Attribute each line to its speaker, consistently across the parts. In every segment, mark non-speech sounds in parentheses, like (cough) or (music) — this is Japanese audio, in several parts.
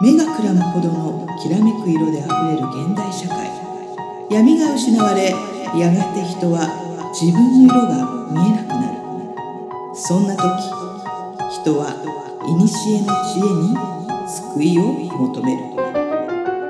Speaker 1: 目がくらむほどのきらめく色であふれる現代社会闇が失われやがて人は自分の色が見えなくなるそんな時人は古の知恵に救いを求める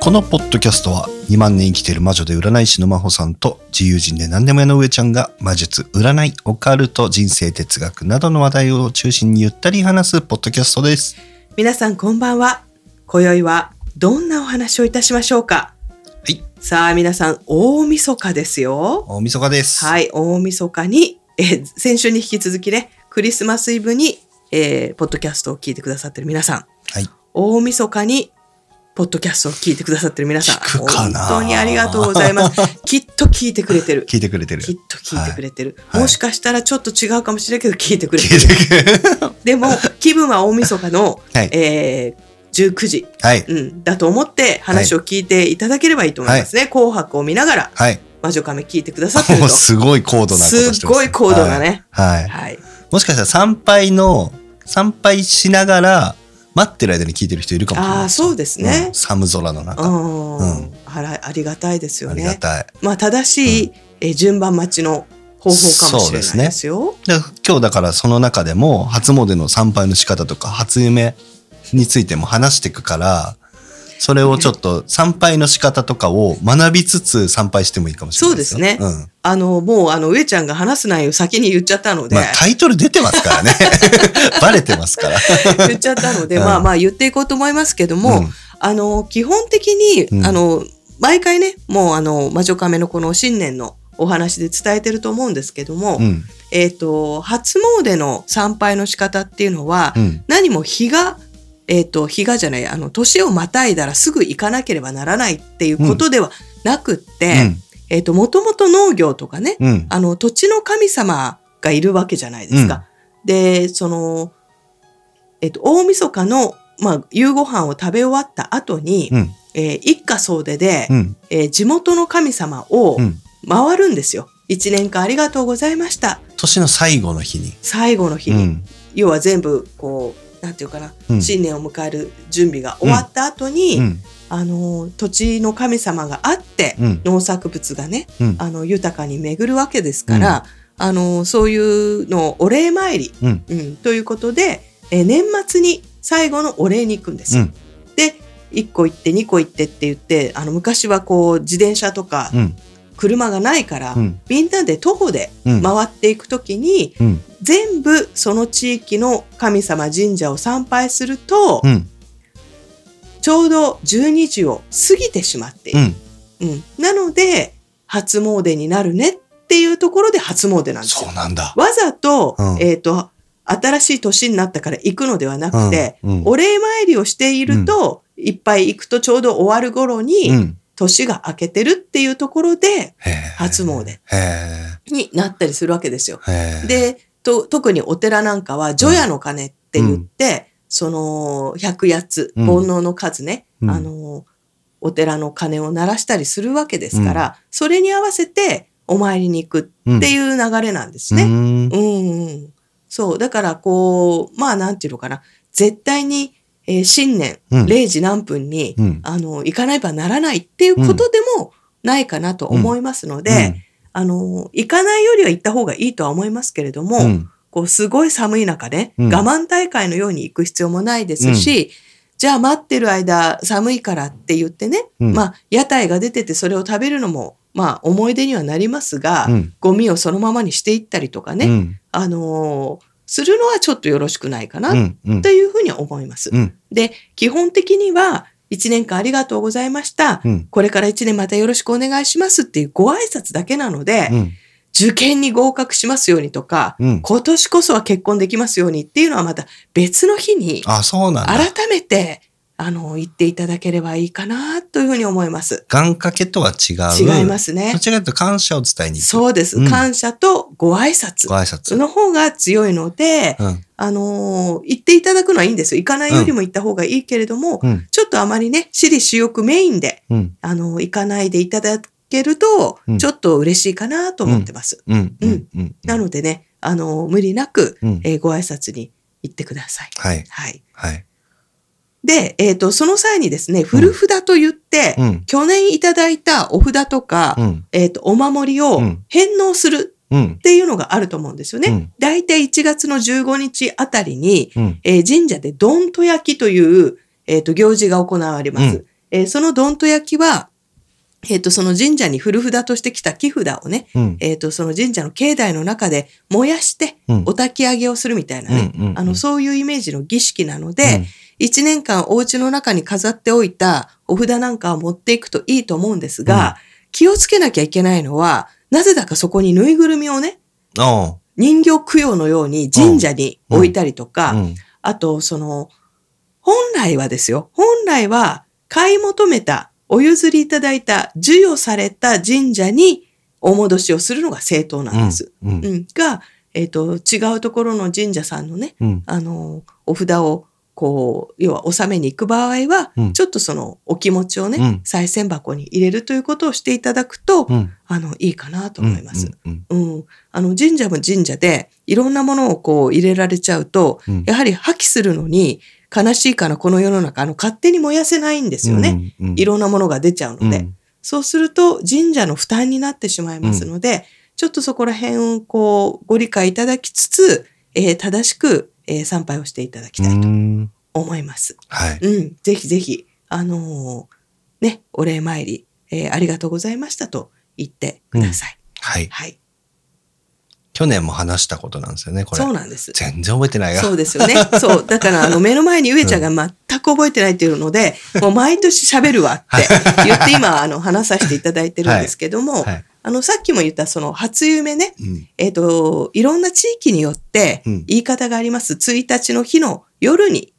Speaker 2: このポッドキャストは2万年生きてる魔女で占い師の真帆さんと自由人で何でも屋の上ちゃんが魔術、占い、オカルト、人生哲学などの話題を中心にゆったり話すポッドキャストです。
Speaker 1: 皆さんこんばんは今宵はどんなお話をいたしましょうか
Speaker 2: い
Speaker 1: さあ皆さん大晦日ですよ
Speaker 2: 大晦日です。
Speaker 1: はい大晦日にえー先週に引き続きねクリスマスイブに、えーポッドキャストを聞いてくださってる皆さん
Speaker 2: はい。
Speaker 1: 大晦日にポッドキャストを聞いてくださってる皆さん
Speaker 2: 聞くかな
Speaker 1: 本当にありがとうござい
Speaker 2: (laughs)
Speaker 1: ますきっと聞いてくれてる
Speaker 2: 聞いてくれてる。
Speaker 1: きっと聞いてくれてる、
Speaker 2: はい
Speaker 1: もしかしたらちょっと違うかもしれないけど聞いてくれて
Speaker 2: 聞
Speaker 1: る
Speaker 2: いてくれ
Speaker 1: でも気分は大晦日の、
Speaker 2: はい
Speaker 1: えー19時、
Speaker 2: はい。
Speaker 1: うん、だと思って話を聞いていただければいいと思いますね、紅白を見ながら
Speaker 2: はい。
Speaker 1: 魔女亀聞いてくださってる
Speaker 2: も
Speaker 1: と
Speaker 2: うすごい高度なことしてます
Speaker 1: すっごい高度なね、
Speaker 2: はい。はい
Speaker 1: はい、
Speaker 2: もしかしたら参拝の、参拝しながら待ってる間に聞いてる人いるかもしれない。
Speaker 1: ああそうですね
Speaker 2: うん寒空の
Speaker 1: う
Speaker 2: 中。
Speaker 1: ん、
Speaker 2: うん
Speaker 1: あらありがたいですよ
Speaker 2: あり
Speaker 1: ね
Speaker 2: がたい。
Speaker 1: まあ、正しい、えー順番待ちの方法かもしれないですよ。
Speaker 2: で今日だからその中でも初詣の参拝の仕方とか初夢についても話していくからそれをちょっと参拝の仕方とかを学びつつ参拝してもいいかもしれない
Speaker 1: そうですねあの、もう、あの、上ちゃんが話す内容先に言っちゃったの
Speaker 2: うん
Speaker 1: で、
Speaker 2: まあ、タイトル出てますか
Speaker 1: (laughs)
Speaker 2: らねバレてますから
Speaker 1: 言っちゃったので、
Speaker 2: うん
Speaker 1: まあまあ言っていこうと思いますけども、
Speaker 2: うん
Speaker 1: あの、基本的に、
Speaker 2: うん
Speaker 1: あの、毎回ね、もう、あの、魔女亀のこの新年のお話で伝えてると思うんですけども、
Speaker 2: うん
Speaker 1: えっ、と、初詣の参拝の仕方っていうのは、
Speaker 2: うん
Speaker 1: 何も日が、えっ、と、日がじゃない、あの、年をまたいだらすぐ行かなければならないっていうことではなくって、えっ、と、もともと農業とかね、
Speaker 2: うんうん
Speaker 1: あの、土地の神様がいるわけじゃないですか。で、その、えっ、と、大晦日の、まあ、夕ご飯を食べ終わった後に、
Speaker 2: うん
Speaker 1: えー一家総出で、
Speaker 2: うん
Speaker 1: えー地元の神様を
Speaker 2: うん
Speaker 1: 回るんですよ。一年間ありがとうございました。
Speaker 2: 年の最後の日に、
Speaker 1: 最後の日
Speaker 2: う
Speaker 1: に。
Speaker 2: ん
Speaker 1: 要は全部、こう、なんていうかな、
Speaker 2: うん
Speaker 1: 新年を迎える準備が終わった後に、
Speaker 2: うん
Speaker 1: あの、土地の神様があって、
Speaker 2: うん
Speaker 1: 農作物がね、
Speaker 2: うん
Speaker 1: あの豊かに巡るわけですから、あのそういうのをお礼参り、
Speaker 2: うん
Speaker 1: うん、ということで、えー年末に最後のお礼に行くんですよ。
Speaker 2: うん
Speaker 1: で1個行って2個行ってって言ってあの昔はこう自転車とか
Speaker 2: うん
Speaker 1: 車がないから、
Speaker 2: うん
Speaker 1: みんなで徒歩で
Speaker 2: うん
Speaker 1: 回っていく時に、
Speaker 2: うん
Speaker 1: 全部その地域の神様神社を参拝すると、
Speaker 2: うん
Speaker 1: ちょうど12時を過ぎてしまっている。
Speaker 2: うん
Speaker 1: うん、なので初詣になるねっていうところで初詣なんです
Speaker 2: そ
Speaker 1: よ
Speaker 2: う。なんだ
Speaker 1: わざと,、
Speaker 2: うん
Speaker 1: えっと新しい年になったから行くのではなくて、
Speaker 2: うんうん
Speaker 1: お礼参りをしていると、いっぱい行くとちょうど終わる頃に、
Speaker 2: うん
Speaker 1: 年が明けてるっていうところで
Speaker 2: へえ
Speaker 1: 初詣
Speaker 2: へえ
Speaker 1: になったりするわけですよ。
Speaker 2: へえ
Speaker 1: でと特にお寺なんかは除夜の鐘って言って、その百八つ
Speaker 2: うん
Speaker 1: 煩悩の数ね、
Speaker 2: うん
Speaker 1: あのお寺の鐘を鳴らしたりするわけですから、それに合わせてお参りに行く
Speaker 2: っ
Speaker 1: っていうう流れなんです
Speaker 2: ん
Speaker 1: ね。
Speaker 2: う
Speaker 1: う
Speaker 2: ん
Speaker 1: ん、うんそうだからこうまあなんていうのかな絶対に、えー新年
Speaker 2: うん
Speaker 1: 0時何分に、
Speaker 2: うん
Speaker 1: あの行かねばならないっていうことでもないかなと思いますので、あの行かないよりは行った方がいいとは思いますけれども、
Speaker 2: うんうん
Speaker 1: こうすごい寒い中ね、
Speaker 2: うん
Speaker 1: 我慢大会のように行く必要もないですし、じゃあ待ってる間寒いからって言ってね、
Speaker 2: うん
Speaker 1: まあ屋台が出ててそれを食べるのもまあ思い出にはなりますが、
Speaker 2: うん
Speaker 1: ゴミをそのままにしていったりとかね、
Speaker 2: うん
Speaker 1: あのーするのはちょっとよろしくないかなっ
Speaker 2: うんうん
Speaker 1: ていうふうには思います。
Speaker 2: うん
Speaker 1: で基本的には1年間ありがとうございました。
Speaker 2: うん
Speaker 1: これから1年またよろしくお願いしますっていうご挨拶だけなので、
Speaker 2: うん
Speaker 1: 受験に合格しますようにとか、
Speaker 2: うん
Speaker 1: 今年こそは結婚できますようにっていうのはまた別の日に
Speaker 2: あそうなんだ
Speaker 1: 改めてあの言っていただければいいかなというふうに思います。
Speaker 2: 願掛けとは違う
Speaker 1: 違いますね
Speaker 2: ど。ちらかというと感謝を伝えに行く
Speaker 1: そうです。
Speaker 2: うん
Speaker 1: 感謝とご挨拶
Speaker 2: ご挨拶
Speaker 1: の方が強いので、
Speaker 2: うん
Speaker 1: あのー言っていただくのはいいんですよ。行かないよりも行った方がいいけれども、
Speaker 2: うん
Speaker 1: ちょっとあまりね、私利私欲メインで、
Speaker 2: うん
Speaker 1: あのー行かないでいただけると
Speaker 2: う、ん
Speaker 1: ちょっと嬉しいかなと思ってます。
Speaker 2: うんうんうん
Speaker 1: なのでね、あの無理なく、
Speaker 2: うん
Speaker 1: えーご挨拶に行ってください。
Speaker 2: はい。
Speaker 1: はい、
Speaker 2: はい。
Speaker 1: で、えー、とその際にですね古札と言って、
Speaker 2: うん。
Speaker 1: 去年いただいたお札とか、
Speaker 2: うん。
Speaker 1: えー、とお守り
Speaker 2: う
Speaker 1: を
Speaker 2: ん
Speaker 1: 返納する
Speaker 2: うん
Speaker 1: っ。ていうのがあると思うんですよね。
Speaker 2: うん
Speaker 1: 大体1月の15日あたりに、
Speaker 2: うん。
Speaker 1: えー神社でどんと焼きという、えー、と行事が行われます。
Speaker 2: う
Speaker 1: えーそのどんと焼きは、えー、とその神社に古札としてきた木札をね、
Speaker 2: うん。
Speaker 1: えー、とその神社の境内の中で燃やして
Speaker 2: うん
Speaker 1: お焚き上げをするみたいなね、
Speaker 2: うんうん
Speaker 1: あのそういうイメージの儀式なので、、一1年間お家の中に飾っておいたお札なんかを持っていくといいと思うんですが、気をつけなきゃいけないのは、なぜだかそこにぬいぐるみをね、
Speaker 2: うんあ
Speaker 1: 人形供養のように神社に置いたりとか、
Speaker 2: あ。うん。
Speaker 1: あと、その、本来はですよ。本来は、買い求めた、お譲りいただいた、授与された神社にお戻しをするのが正当なんです。
Speaker 2: うん
Speaker 1: うん。が、えっ、と、違うところの神社さんのね、
Speaker 2: うん。
Speaker 1: あの、お札を、こう、要は納めに行く場合は、
Speaker 2: うん
Speaker 1: ちょっとその、お気持ちをね、
Speaker 2: うん
Speaker 1: 再銭箱に入れるということをしていただくと、
Speaker 2: うん。
Speaker 1: あの、いいかなと思います。
Speaker 2: うん。
Speaker 1: うん、あの神社も神社でいろんなものをこう入れられちゃうと、
Speaker 2: うん
Speaker 1: やはり破棄するのに悲しいかなこの世の中あの勝手に燃やせないんですよね、
Speaker 2: うん。うん
Speaker 1: いろんなものが出ちゃうので、。そうすると神社の負担になってしまいますので、ちょっとそこら辺をこうご理解いただきつつ、えー正しく、えー参拝をしていただき
Speaker 2: うん
Speaker 1: たいと
Speaker 2: うん。
Speaker 1: 思います。
Speaker 2: はい。
Speaker 1: うん、ぜひぜひ、あのーね、お礼参り、えーありがとうございましたと言ってください。
Speaker 2: はい。
Speaker 1: はい、
Speaker 2: 去年も話したことなんですよね、これ。
Speaker 1: そうなんです。
Speaker 2: 全然覚えてないよ。
Speaker 1: そうですよね。そう。だから、あの、目の前に上ちゃんが全く覚えてないっていうので、もう毎年喋るわって言って、今、あの、話させていただいてるんですけども、
Speaker 2: はい。
Speaker 1: あの、さっきも言った、その、初夢ね、
Speaker 2: うん。
Speaker 1: えっ、と、いろんな地域によって、
Speaker 2: うん
Speaker 1: 言い方があります。1日の日の夜に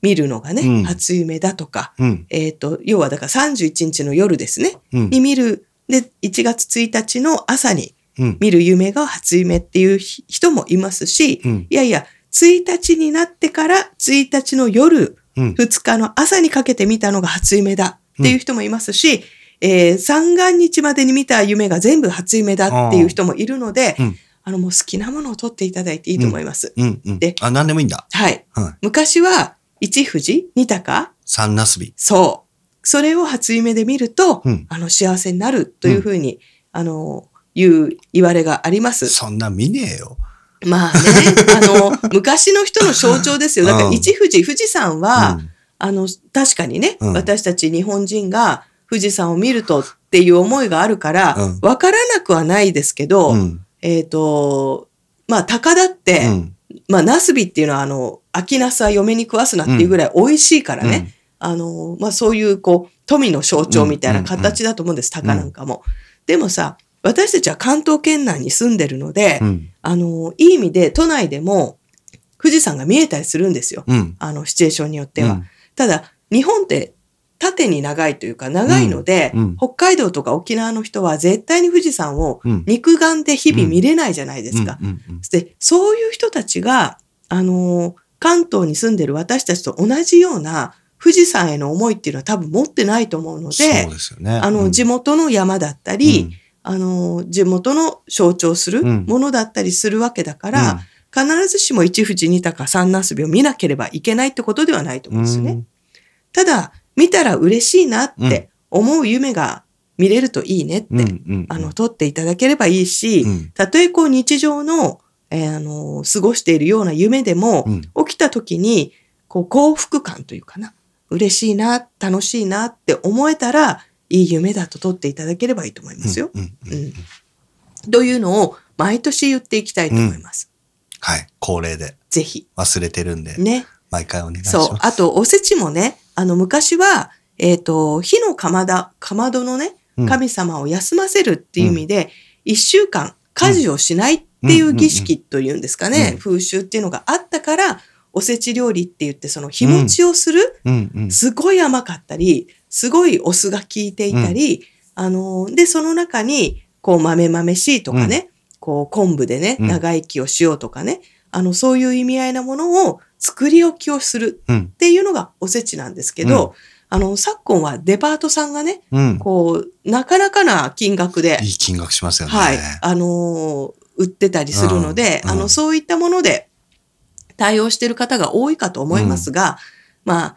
Speaker 1: 見るのがね、
Speaker 2: うん
Speaker 1: 初夢だとか、
Speaker 2: うん。
Speaker 1: えっ、と、要はだから31日の夜ですね、
Speaker 2: うん。
Speaker 1: に見る、で、1月1日の朝に
Speaker 2: うん。
Speaker 1: 見る夢が初夢っていうひ人もいますし、
Speaker 2: うん。
Speaker 1: いやいや、1日になってから1日の夜、
Speaker 2: うん。
Speaker 1: 2日の朝にかけて見たのが初夢だっていう人もいますし、えー三が日までに見た夢が全部初夢だっていう人もいるので、
Speaker 2: あーうん
Speaker 1: あのもう好きなものを取っていただいていいと思います。
Speaker 2: うん。うん
Speaker 1: で。
Speaker 2: あ、なんでもいいんだ。
Speaker 1: はい。
Speaker 2: はい。
Speaker 1: 昔は一富士、二鷹、
Speaker 2: 三なすび。
Speaker 1: そう。それを初夢で見ると、
Speaker 2: うん。
Speaker 1: あの幸せになるというふうに、あの、いう言われがあります。
Speaker 2: そんな見ねえよ。
Speaker 1: まあね、あの、昔の人の象徴ですよ。だから
Speaker 2: うん
Speaker 1: 一富士、富士山は、
Speaker 2: うん
Speaker 1: あの、確かにね、
Speaker 2: うん
Speaker 1: 私たち日本人が富士山を見るとっていう思いがあるから、わ
Speaker 2: うん、
Speaker 1: からなくはないですけど、
Speaker 2: うん。
Speaker 1: えっ、と、まあ、高田っ
Speaker 2: う
Speaker 1: て、
Speaker 2: ん。
Speaker 1: まあ、ナスビっていうのは、あの、秋ナスは嫁に食わすなっていうぐらい美味しいからね、
Speaker 2: うん
Speaker 1: あの、まあ、そういう、こう、富の象徴みたいな形だと思うんです、
Speaker 2: んうん
Speaker 1: 鷹なんかも。でもさ、私たちは関東圏内に住んでるので、
Speaker 2: うん。
Speaker 1: あの、いい意味で都内でも富士山が見えたりするんですよ。
Speaker 2: うん。
Speaker 1: あの、シチュエーションによっては。ただ、日本って縦に長いというか長いので、
Speaker 2: うんうん
Speaker 1: 北海道とか沖縄の人は絶対に富士山を
Speaker 2: うん。うん。
Speaker 1: 肉眼で日々見れないじゃないですか。
Speaker 2: うん。うん
Speaker 1: で、そういう人たちが、あのー関東に住んでる私たちと同じような富士山への思いっていうのは多分持ってないと思うの
Speaker 2: そう
Speaker 1: で、
Speaker 2: ですよね。
Speaker 1: あの、地
Speaker 2: 元
Speaker 1: 元の山だったり、あの地元の象徴する
Speaker 2: うん
Speaker 1: ものだったりするわけだから、、必ずしも一富士二鷹三なすびを見なければいけないってことではないと
Speaker 2: う
Speaker 1: 思うん
Speaker 2: ん
Speaker 1: ですよね。。ただ見たら嬉しいなって思う夢が見れるといいねって、
Speaker 2: うん。うん
Speaker 1: あの、撮っていただければいいし、
Speaker 2: うん。
Speaker 1: たとえこう日常の、えーあの過ごしているような夢でも、
Speaker 2: うん。
Speaker 1: 起きた時にこう幸福感というかな嬉しいな楽しいなって思えたらいい夢だと撮っていただければいいと思いますよ。
Speaker 2: うん。うん
Speaker 1: うん、というのを毎年言っていきたいと思います。
Speaker 2: はい。恒例で。
Speaker 1: ぜひ。
Speaker 2: 忘れてるんで、
Speaker 1: ね。
Speaker 2: 毎回お願いします。
Speaker 1: そう。あと、おせちもね、あの、昔は、えっ、と、火のかまだ、かまどのね、
Speaker 2: うん。
Speaker 1: 神様を休ませるっていう意味で、一、週間家事をしないっていう儀式というんですかね、
Speaker 2: うん
Speaker 1: 風習っていうのがあったから、おせち料理って言って、その日持ちをする、
Speaker 2: うん。うん。
Speaker 1: すごい甘かったり、すごいお酢が効いていたり、あの、で、その中に、こう、豆豆しいとかね、こう、昆布でね、
Speaker 2: うん
Speaker 1: 長生きをしようとかね、あの、そういう意味合いなものを作り置きをする
Speaker 2: うん
Speaker 1: っ。ていうのがおせちなんですけど、あの、昨今はデパートさんがね、
Speaker 2: うん。
Speaker 1: こう、なかなかな金額で、
Speaker 2: いい金額しますよね。
Speaker 1: はい、あのー売ってたりするので、
Speaker 2: うん
Speaker 1: あ
Speaker 2: う
Speaker 1: の、
Speaker 2: ん
Speaker 1: そういったもので対応してる方が多いかと思いますが、まあ、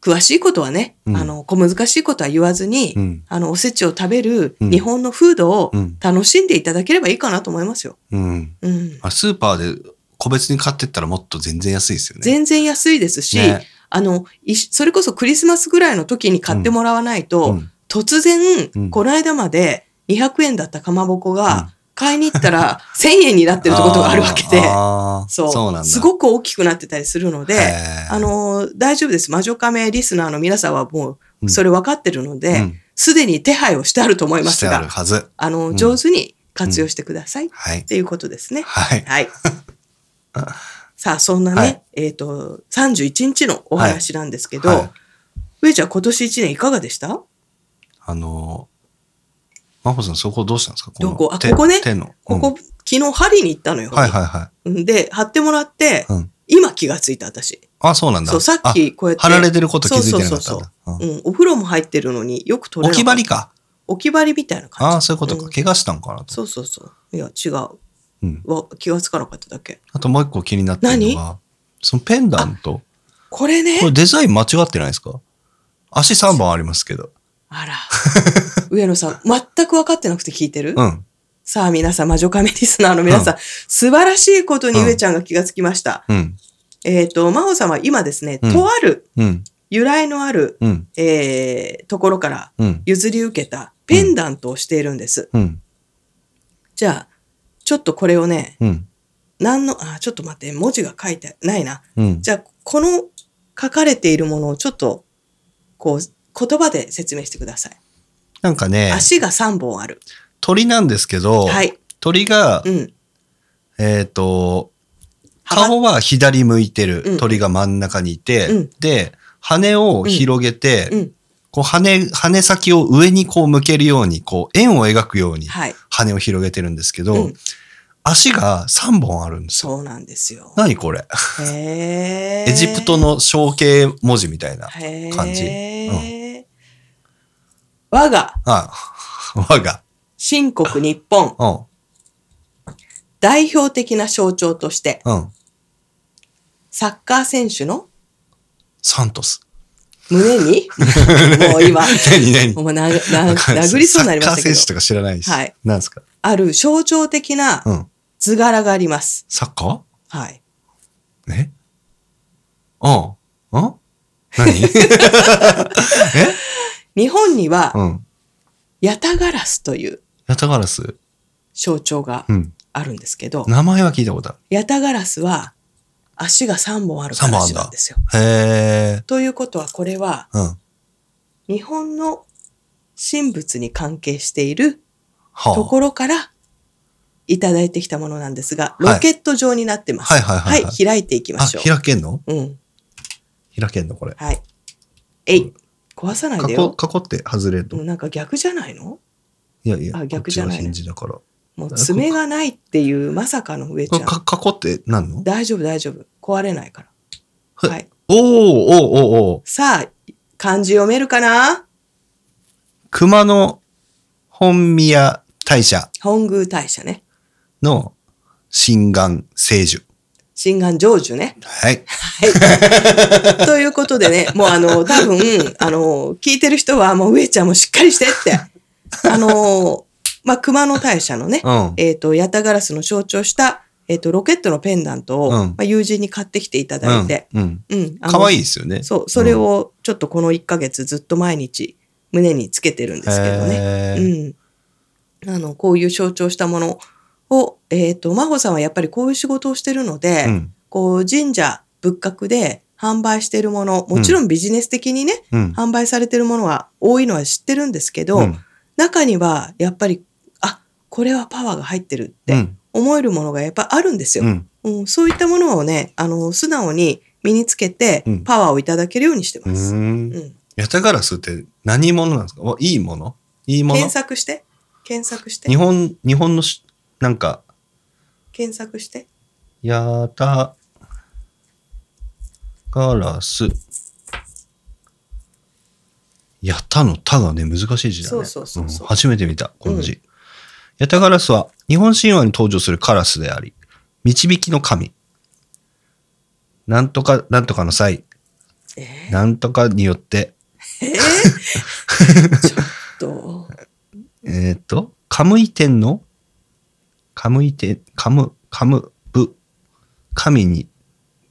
Speaker 1: 詳しいことはね、
Speaker 2: うん
Speaker 1: あの、小難しいことは言わずに、
Speaker 2: うん。
Speaker 1: あの、おせちを食べる
Speaker 2: うん
Speaker 1: 日本のフードを
Speaker 2: うん。
Speaker 1: 楽しんでいただければいいかなと思いますよ。
Speaker 2: うん。
Speaker 1: うん。
Speaker 2: あスーパーで個別に買ってったらもっと全然安いですよね。
Speaker 1: 全然安いですし、
Speaker 2: ね
Speaker 1: あの、いしそれこそクリスマスぐらいの時に買ってもらわないと、
Speaker 2: うん
Speaker 1: 突然、
Speaker 2: うん
Speaker 1: この間まで200円だったかまぼこが、
Speaker 2: うん
Speaker 1: 買いに行った
Speaker 2: (laughs)
Speaker 1: ら1000円になってるってことがあるわけで、
Speaker 2: あーあー
Speaker 1: そう
Speaker 2: そうなんだ。
Speaker 1: すごく大きくなってたりするの
Speaker 2: へ
Speaker 1: で、
Speaker 2: ー
Speaker 1: あ、のー大丈夫です。魔女カメリスナーの皆さんはも
Speaker 2: う
Speaker 1: うんそれ分かってるの
Speaker 2: う
Speaker 1: で、
Speaker 2: ん
Speaker 1: すで、に手配をしてあると思いま
Speaker 2: し
Speaker 1: す
Speaker 2: てある
Speaker 1: が、
Speaker 2: はず。
Speaker 1: あの
Speaker 2: う
Speaker 1: ー
Speaker 2: ん
Speaker 1: 上手に活用してくださいっ
Speaker 2: はい。
Speaker 1: ていうことですね。
Speaker 2: はい。 (laughs)
Speaker 1: はい。さあ、そんなね、
Speaker 2: はい
Speaker 1: えっ、と、31日のお話なんですけど、
Speaker 2: はい
Speaker 1: 上ちゃん今年1年いかがでした
Speaker 2: あのー、真帆さん、そこどうしたんですか
Speaker 1: どこ
Speaker 2: の
Speaker 1: あ
Speaker 2: 手
Speaker 1: ここね
Speaker 2: 手の。
Speaker 1: ここ、
Speaker 2: うん
Speaker 1: 昨日針に行ったのよ。
Speaker 2: はいはいは
Speaker 1: で、貼ってもらって、
Speaker 2: い。うん。
Speaker 1: 今気がついた私。
Speaker 2: あ、そうなんだ。
Speaker 1: そう、さっきこうやって。
Speaker 2: あ。貼られてること気づいてなかった
Speaker 1: そうそ
Speaker 2: ん
Speaker 1: う
Speaker 2: だ。うん
Speaker 1: うん、お風呂も入ってるのによく取れ
Speaker 2: 置
Speaker 1: な
Speaker 2: き
Speaker 1: かった
Speaker 2: 場りか。
Speaker 1: 置き針みたいな感じ。
Speaker 2: ああ、そういうこと
Speaker 1: う
Speaker 2: か。
Speaker 1: ん
Speaker 2: 怪我したんかなと。
Speaker 1: そうそうそう。いや、違う。
Speaker 2: うん。
Speaker 1: わ気がつかなかっただけ。
Speaker 2: あともう一個気になってるのが、そのペンダント。
Speaker 1: これね
Speaker 2: こ。れデザイン間違ってないですか足3本ありますけど。
Speaker 1: あら。 (laughs) 上野さん、全く分かってなくて聞いてる、
Speaker 2: うん。
Speaker 1: さあ皆さん、魔女カメリスナーの皆さん、素晴らしいことに
Speaker 2: うん
Speaker 1: 上ちゃんが気がつきました。
Speaker 2: うん。
Speaker 1: えっ、と、真帆さんは今ですね、
Speaker 2: うん
Speaker 1: とある
Speaker 2: うん。
Speaker 1: 由来のある、
Speaker 2: うん。
Speaker 1: えーところから
Speaker 2: うん。
Speaker 1: 譲り受けたペンダントをしているんです。
Speaker 2: うん。
Speaker 1: じゃあ、ちょっとこれをね、
Speaker 2: うん。
Speaker 1: 何の、あ、ちょっと待って、文字が書いてないな。
Speaker 2: うん。
Speaker 1: じゃあ、この書かれているものをちょっと、こう、言葉で説明してください。
Speaker 2: なんかね、
Speaker 1: 足が3本ある。
Speaker 2: 鳥なんですけど、
Speaker 1: はい。
Speaker 2: 鳥が
Speaker 1: う、ん。
Speaker 2: えっと、
Speaker 1: 幅
Speaker 2: 顔は左向いて
Speaker 1: うん
Speaker 2: る鳥が真ん中にいて、
Speaker 1: うん
Speaker 2: で、羽を広げて、
Speaker 1: うん。
Speaker 2: こう羽、羽先を上にこう向けるように、こう円を描くように
Speaker 1: はい。
Speaker 2: 羽を広げてるんですけど、
Speaker 1: うん
Speaker 2: 足が3本あるんですよ。
Speaker 1: そうなんです
Speaker 2: (laughs)
Speaker 1: よ。
Speaker 2: 何これ、
Speaker 1: へー
Speaker 2: エジプトの象形文字みたいな。感じ
Speaker 1: へー我が、
Speaker 2: あ、 (laughs) 我が。
Speaker 1: 新国日本、
Speaker 2: う
Speaker 1: 代表的な象徴として、
Speaker 2: ん。うん。
Speaker 1: サッカー選手の
Speaker 2: サントス。 (laughs)
Speaker 1: 胸に、もう今、
Speaker 2: 何何
Speaker 1: もうなな殴りそうになりましたけど
Speaker 2: サッカー選手、とか知らないし。
Speaker 1: はい
Speaker 2: なんですか
Speaker 1: ある象徴的な
Speaker 2: うん。
Speaker 1: 図柄があります。
Speaker 2: サッカ
Speaker 1: はい。
Speaker 2: ーえうん。うん何 (laughs) え
Speaker 1: 日本には、
Speaker 2: うん。
Speaker 1: ヤタガラスという
Speaker 2: ヤタガラス。
Speaker 1: 象徴が
Speaker 2: うん。
Speaker 1: あるんですけど、
Speaker 2: 名前は聞いたことあ
Speaker 1: ヤタガラスは足が3本ある
Speaker 2: 三本ある
Speaker 1: 形
Speaker 2: んだ
Speaker 1: なんですよ。
Speaker 2: る。へえ。
Speaker 1: ということは、これは
Speaker 2: うん。は
Speaker 1: 日本の神仏に関係している
Speaker 2: あ。
Speaker 1: ところからいただいてきたものなんですが、
Speaker 2: はい
Speaker 1: ロケット状になってます。
Speaker 2: はいはいはいはい
Speaker 1: 開いていきま
Speaker 2: あ、
Speaker 1: しょう。
Speaker 2: 開けんの
Speaker 1: うん。
Speaker 2: 開けんのこれ。
Speaker 1: はい。えい。壊さないで
Speaker 2: 囲
Speaker 1: よ。
Speaker 2: 囲って外れると
Speaker 1: もう。なんか逆じゃないの
Speaker 2: いやいや、
Speaker 1: あ
Speaker 2: こっち
Speaker 1: 逆じゃない
Speaker 2: が返事だから。
Speaker 1: もう
Speaker 2: あ
Speaker 1: 爪がないっていうまさかの上ちゃん。
Speaker 2: か囲ってなんの
Speaker 1: 大丈夫大丈夫。壊れないから。
Speaker 2: は
Speaker 1: はい。
Speaker 2: おーおーおーおー
Speaker 1: さあ、漢字読めるかな
Speaker 2: 熊野本宮大社
Speaker 1: 本宮大社ね。
Speaker 2: の心願聖樹。
Speaker 1: 心願成就ね。 (laughs)
Speaker 2: はい。 (laughs)
Speaker 1: ということでね、もうあの、多分、あの、聞いてる人はもう上ちゃんもしっかりしてって。あの、まあ、熊野大社のね、
Speaker 2: うん。
Speaker 1: えっ、と、ヤタガラスの象徴した、えっ、と、ロケットのペンダントを、
Speaker 2: うん
Speaker 1: まあ、友人に買ってきていただいて、
Speaker 2: うん。うん。
Speaker 1: うん。あの
Speaker 2: かわいいですよね。
Speaker 1: そう、それをちょっとこの1ヶ月ずっと毎日胸につけてるんですけどね。
Speaker 2: へー
Speaker 1: うん。あの、こういう象徴したものを、えっ、と、真帆さんはやっぱりこういう仕事をしてるので、
Speaker 2: うん。
Speaker 1: こう、神社仏閣で販売してるもの、もちろんビジネス的にね、
Speaker 2: うん。
Speaker 1: 販売されてるものは多いのは知ってるんですけど、
Speaker 2: うん
Speaker 1: 中にはやっぱり、あ、これはパワーが入ってるっ
Speaker 2: う
Speaker 1: て
Speaker 2: ん。
Speaker 1: 思えるものがやっぱあるんですよ。
Speaker 2: うん。
Speaker 1: うん、そういったものをね、あの、素直に身につけて
Speaker 2: うん、
Speaker 1: パワーをいただけるようにして
Speaker 2: う
Speaker 1: ます。
Speaker 2: ん
Speaker 1: うん
Speaker 2: ヤタガラスって何者なんですかわいいものいいもの
Speaker 1: 検索して、検索して
Speaker 2: 日、本、日本のし、なんか、
Speaker 1: 検索して。
Speaker 2: ヤタガラス。ヤタのタがね、難しい字だね。
Speaker 1: そうそうそうそうん
Speaker 2: 初めて見た、この字。ヤタガラスは日本神話に登場するカラスであり、導きの神。なんとか、なんとかの際、
Speaker 1: え
Speaker 2: なんとかによって、
Speaker 1: ー、ちょっと。
Speaker 2: えーっと、カムイ天の、カムイ天、カム、カム、ブ、神に、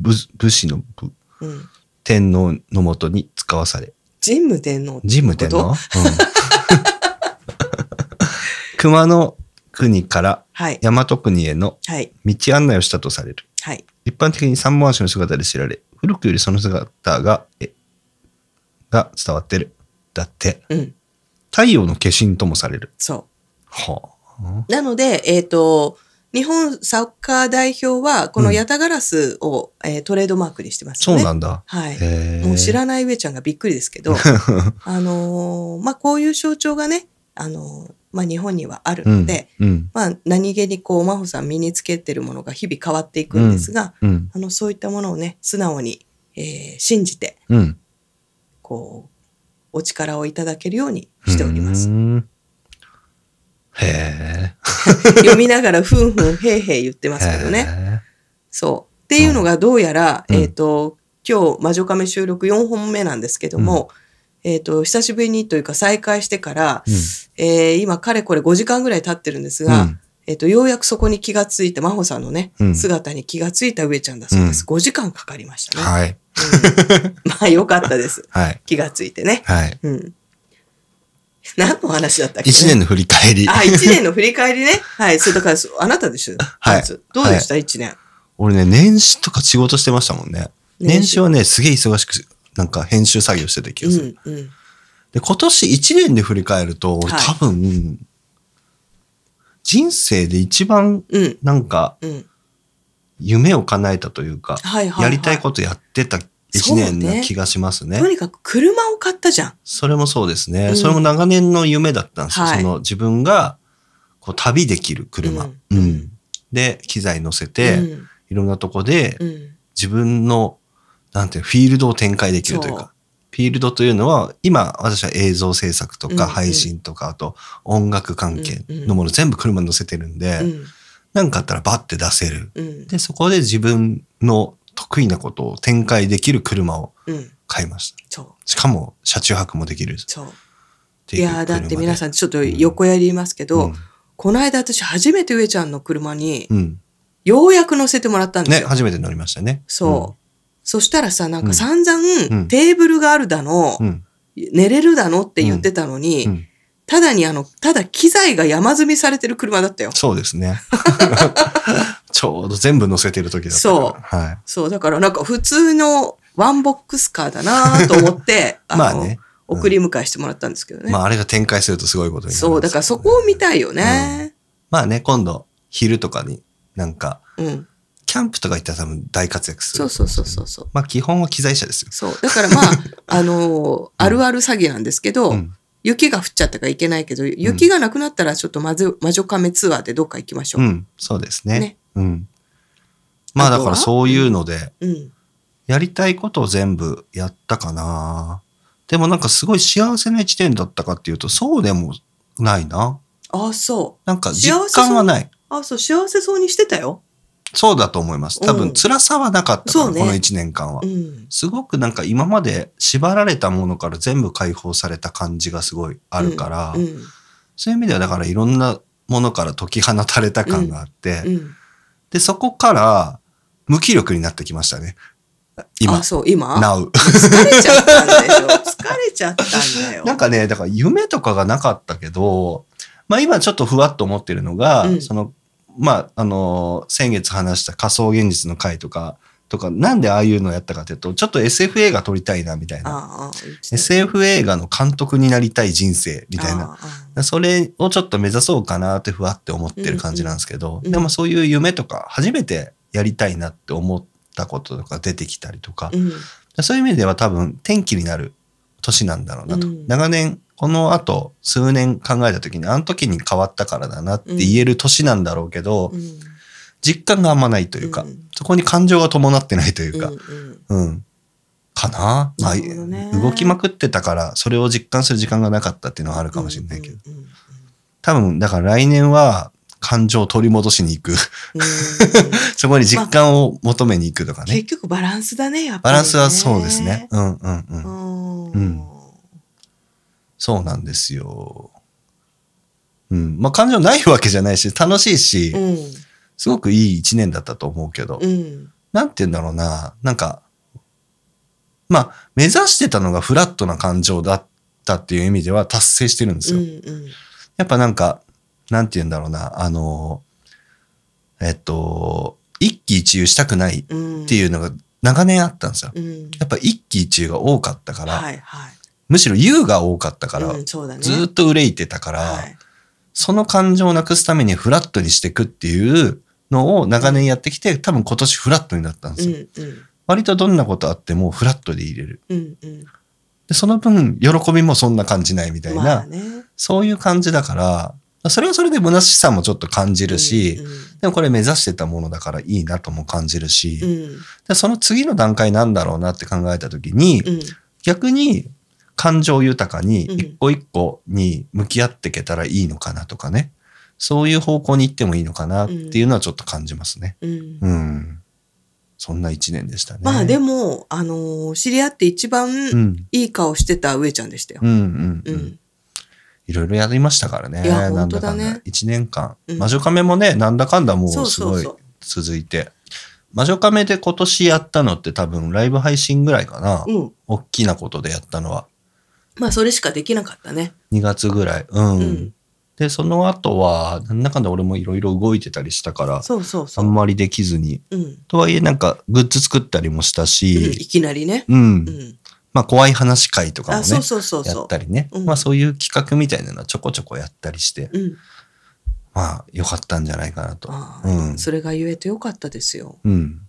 Speaker 2: 武武士の武、
Speaker 1: うん。
Speaker 2: 天皇のもとに使わされ、
Speaker 1: 神武天皇って
Speaker 2: ジム天皇、うん、熊野国から
Speaker 1: はい。
Speaker 2: 大和国への
Speaker 1: はい。
Speaker 2: 道案内をしたとされる。
Speaker 1: はい。
Speaker 2: 一般的に三本足の姿で知られ、古くよりその姿が、えが伝わってる。だって、
Speaker 1: うん。
Speaker 2: 太陽の化身ともされる。
Speaker 1: そ
Speaker 2: はあ。
Speaker 1: う。なので、えっ、と、日本サッカー代表は、こ
Speaker 2: う
Speaker 1: の
Speaker 2: ん
Speaker 1: ヤタガラスを、えートレードマークにしてます
Speaker 2: そ
Speaker 1: よ
Speaker 2: う
Speaker 1: ね。
Speaker 2: なんんだ。
Speaker 1: はい。
Speaker 2: へえ
Speaker 1: もう知らない上ちゃんがびっくりですけ
Speaker 2: (laughs)
Speaker 1: ど、あのーまあ、こういう象徴がね、あのーまあ、日本にはあるので、
Speaker 2: うん、うん、
Speaker 1: まあ、何気にこう、真帆さん身につけてるものが日々変わっていくんですが、
Speaker 2: うん、
Speaker 1: あの、そういったものをね、素直に、えー信じて、
Speaker 2: うん。
Speaker 1: こう、お力をいただけるようにしております
Speaker 2: う。ん。へえ。
Speaker 1: 読みながら、ふんふん、へいへい言ってますけどね。
Speaker 2: ね。
Speaker 1: そう。っていうのがどうやら、
Speaker 2: うん
Speaker 1: えっ、と、今日、魔女亀収録4本目なんですけども、えっ、と、久しぶりにというか再開してから、えー今、かれこれ5時間ぐらい経ってるんです
Speaker 2: うん。う
Speaker 1: が、
Speaker 2: ん
Speaker 1: えっ、と、ようやくそこに気がついた、真帆さんのね、
Speaker 2: うん
Speaker 1: 姿に気がついた上ちゃんだそうです。5時間かかりましたね。
Speaker 2: はい。
Speaker 1: うん (laughs) まあ、よかったです。
Speaker 2: はい。
Speaker 1: 気がついてね。
Speaker 2: はい。
Speaker 1: うん。何の話だったっけ、ね、
Speaker 2: 一年の振り返り。
Speaker 1: あ、一年の振り返りね。はい。それだから、そうあなたでしょ。
Speaker 2: は
Speaker 1: ま
Speaker 2: い
Speaker 1: ずどうでした一、年。
Speaker 2: 俺ね、年始とか仕事してましたもんね。
Speaker 1: 年始
Speaker 2: 年始はね、すげえ忙しく、なんか編集作業してた気がする。
Speaker 1: うん、うん。
Speaker 2: で、今年1年で振り返ると、俺
Speaker 1: はい
Speaker 2: 多分、人生で一番、
Speaker 1: うん、
Speaker 2: なんか、
Speaker 1: うん。
Speaker 2: 夢を叶えたというか、
Speaker 1: はいはい、はい。
Speaker 2: やりたいことやってた1年
Speaker 1: そうね
Speaker 2: な気がしますね。
Speaker 1: とにかく車を買ったじゃん。
Speaker 2: それもそうですね。
Speaker 1: うん
Speaker 2: それも長年の夢だったんですよ。
Speaker 1: はい
Speaker 2: その自分が、こう、旅できる車。
Speaker 1: うん
Speaker 2: うんで、機材乗せて、
Speaker 1: うん、
Speaker 2: いろんなとこで
Speaker 1: う、ん。
Speaker 2: 自分の、なんていうのフィールドを展開できるという
Speaker 1: そう
Speaker 2: か、フィールドというのは、今、私は映像制作と
Speaker 1: うんう
Speaker 2: か、
Speaker 1: ん
Speaker 2: 配信とか、あと、音楽関係のもの全部車に乗せてるんで、
Speaker 1: うん、
Speaker 2: なんかあったらバッて出せる。
Speaker 1: うん。
Speaker 2: で、そこで自分の得意なことを展開できる車を
Speaker 1: うん。
Speaker 2: 買いました。
Speaker 1: そう、
Speaker 2: しかも、車中泊もできるっ
Speaker 1: そう。
Speaker 2: て
Speaker 1: い
Speaker 2: いう
Speaker 1: やーだって皆さ
Speaker 2: ん
Speaker 1: んちょっと横やりますけど、
Speaker 2: うん
Speaker 1: この間私初めて上ちゃんの車に
Speaker 2: うん。
Speaker 1: ようやく乗せてもらったんです
Speaker 2: ね、
Speaker 1: よ。
Speaker 2: 初めて乗りましたね。
Speaker 1: そう。そしたらさ、なん
Speaker 2: う
Speaker 1: か
Speaker 2: ん
Speaker 1: 散々、
Speaker 2: うん
Speaker 1: テーブルがあるだの、
Speaker 2: うん。
Speaker 1: 寝れるだのって言ってたのに、
Speaker 2: うんうん
Speaker 1: ただにあの、ただ機材が山積みされてる車だったよ。
Speaker 2: そうで
Speaker 1: (laughs)
Speaker 2: すね。 (laughs) ちょうど全部乗せてる時だったから。
Speaker 1: そう
Speaker 2: は
Speaker 1: そう、だからなんか普通のワンボックスカーだなと思って、
Speaker 2: い。 (laughs) まあね。
Speaker 1: の送り迎えしてもらったんですけどね。
Speaker 2: まああれが展開するとすごいことになるんですけどね。
Speaker 1: そう、だからそこを見たいよね。
Speaker 2: まあね、今度、昼とかに、なんか、
Speaker 1: うん。
Speaker 2: キャンプとか行ったら多分大活躍す
Speaker 1: そ
Speaker 2: る。
Speaker 1: うそうそうそうそう。
Speaker 2: まあ基本は機材車ですよ。
Speaker 1: そう。だから
Speaker 2: (laughs)
Speaker 1: まあ、あのーあるある詐欺なんですけど、
Speaker 2: うん
Speaker 1: 雪が降っちゃったからいけないけど、雪がなくなったらちょっとまず魔女亀ツアーでどっか行きましょ
Speaker 2: う
Speaker 1: う。
Speaker 2: ん、そうですね。
Speaker 1: ね
Speaker 2: うん。まあだからそういうので、
Speaker 1: うん。
Speaker 2: やりたいことを全部やったかな。でもなんかすごい幸せな一年だったかっていうと、そうでもないな。
Speaker 1: ああ、そう。
Speaker 2: なんか実感はない。
Speaker 1: ああ、そう。幸せそうにしてたよ。
Speaker 2: そうだと思います。多
Speaker 1: うん
Speaker 2: 分辛さはなかったから、
Speaker 1: そうね
Speaker 2: この1年間は。
Speaker 1: うん。
Speaker 2: すごくなんか今まで縛られたものから全部解放された感じがすごいあるから、
Speaker 1: うん。
Speaker 2: そういう意味ではだからいろんなものから解き放たれた感があって、
Speaker 1: うん。
Speaker 2: で、そこから無気力になってきましたね。今
Speaker 1: あ、、そう、今。
Speaker 2: なう。
Speaker 1: 疲れちゃったんでしょ。疲れちゃったんだよ。
Speaker 2: (laughs) なんかね、だから夢とかがなかったけど、まあ今ちょっとふわっと思ってるのが、
Speaker 1: うん
Speaker 2: その、まああの、先月話した仮想現実の回とか、とか、なんでああいうのやったかというと、ちょっと SF 映画撮りたいなみたいな。
Speaker 1: ああ、ああ、言ってた
Speaker 2: SF 映画の監督になりたい人生みたいな。
Speaker 1: ああ
Speaker 2: それをちょっと目指そうかなってふわって思ってる感じなんですけど、
Speaker 1: うんうん
Speaker 2: でもそういう夢とか初めてやりたいなって思ったこととか出てきたりとか
Speaker 1: あ、うん。
Speaker 2: そういう意味では多分転機になる年なんだろうなと。
Speaker 1: うん
Speaker 2: 長年この後数年考えた時にあの時に変わったからだなって言える年なんだろうけど、
Speaker 1: うん。
Speaker 2: 実感があんまないというか、
Speaker 1: うん
Speaker 2: そこに感情が伴ってないというか、
Speaker 1: うん
Speaker 2: うん。かなま
Speaker 1: な
Speaker 2: あ、
Speaker 1: るほどね
Speaker 2: 動きまくってたから、それを実感する時間がなかったっていうのはあるかもしれないけど、
Speaker 1: うんうんうん
Speaker 2: 多分、だから来年は感情を取り戻しに行く。 (laughs)
Speaker 1: うん
Speaker 2: そこに実感を求めに行くとかね。
Speaker 1: 結局バランスだね、やっぱ
Speaker 2: バ
Speaker 1: り、ね。
Speaker 2: ランスはそうですね。。うんうんう。
Speaker 1: うんん。
Speaker 2: うんそうなんですよ。うん。まあ感情ないわけじゃないし、楽しいし
Speaker 1: う、ん。
Speaker 2: すごくいい一年だったと思うけど、
Speaker 1: うん。
Speaker 2: なんて言うんだろうな。なんか、まあ、目指してたのがフラットな感情だったっていう意味では達成してるんです
Speaker 1: う
Speaker 2: よ。
Speaker 1: ん。うん。
Speaker 2: やっぱなんか、なんて言うんだろうな。あの、えっと、一喜一憂したくないっ
Speaker 1: うん。
Speaker 2: ていうのが長年あったんですよ。
Speaker 1: うん。
Speaker 2: やっぱ一喜一憂が多かったから、
Speaker 1: はいはい。
Speaker 2: むしろ憂が多かったから、
Speaker 1: うん、そうだね。
Speaker 2: ずーっと憂いてたから、
Speaker 1: はい
Speaker 2: その感情をなくすためにフラットにしていくっていうのを長年やってきて、多分今年フラットになったんで
Speaker 1: う
Speaker 2: す
Speaker 1: ん
Speaker 2: よ。割とどんなことあってもフラットで入れる。
Speaker 1: うんうん
Speaker 2: で、その分、喜びもそんな感じないみ
Speaker 1: う
Speaker 2: たい
Speaker 1: ん。
Speaker 2: な、
Speaker 1: まあね。
Speaker 2: そういう感じだから、それはそれで虚しさもちょっと感じるし、
Speaker 1: うん
Speaker 2: でもこれ目指してたものだからいいなとも感じるし、
Speaker 1: うん。
Speaker 2: でその次の段階なんだろうなって考えた時に、
Speaker 1: うん。
Speaker 2: 逆に感情豊かに
Speaker 1: うん
Speaker 2: 一個一個に向き合っていけたらいいのかなとかね、そういう方向に行ってもいいのかなっていうのはちょっと感じますね。
Speaker 1: うん。
Speaker 2: うん。そんな一年でしたね。
Speaker 1: まあで
Speaker 2: も、
Speaker 1: も、あのー知り合って一
Speaker 2: う
Speaker 1: 番
Speaker 2: ん、
Speaker 1: いい顔してた上ちゃんでしたよ
Speaker 2: う。んうんう
Speaker 1: うんん。
Speaker 2: いろいろやりましたからね。
Speaker 1: いや
Speaker 2: なんだかん
Speaker 1: 本当だ
Speaker 2: だ
Speaker 1: ね
Speaker 2: 一年間、
Speaker 1: うん
Speaker 2: 魔女カメもね、なんだかんだも
Speaker 1: そうう
Speaker 2: す
Speaker 1: そ
Speaker 2: ご
Speaker 1: う
Speaker 2: い
Speaker 1: そう。
Speaker 2: 続いて。魔女カメで今年やったのって多分ライブ配信ぐらいかな。
Speaker 1: うん。
Speaker 2: 大きなことでやったのは。
Speaker 1: まあそれしかできなかったね。
Speaker 2: 2月ぐらい。うん。
Speaker 1: うん
Speaker 2: で、その後は、なんだかんだ俺もいろいろ動いてたりしたから、
Speaker 1: そうそうそ
Speaker 2: あ
Speaker 1: う。
Speaker 2: んまりできずに。
Speaker 1: うん。うん
Speaker 2: とはいえ、なんか、グッズ作ったりもした
Speaker 1: い
Speaker 2: し、
Speaker 1: きなりね。
Speaker 2: うん。
Speaker 1: うん。
Speaker 2: まあ、怖い話会とかも
Speaker 1: あ、
Speaker 2: ね、
Speaker 1: そうそうそう
Speaker 2: やっ
Speaker 1: そ
Speaker 2: たりね。
Speaker 1: うん
Speaker 2: まあ、そういう企画みたいなのはちょこちょこやったりして、
Speaker 1: う。うん。
Speaker 2: まあ、よかったんじゃないかなと。
Speaker 1: あ
Speaker 2: う
Speaker 1: あ、
Speaker 2: ん。
Speaker 1: それが言えてよかったですよ。
Speaker 2: うん。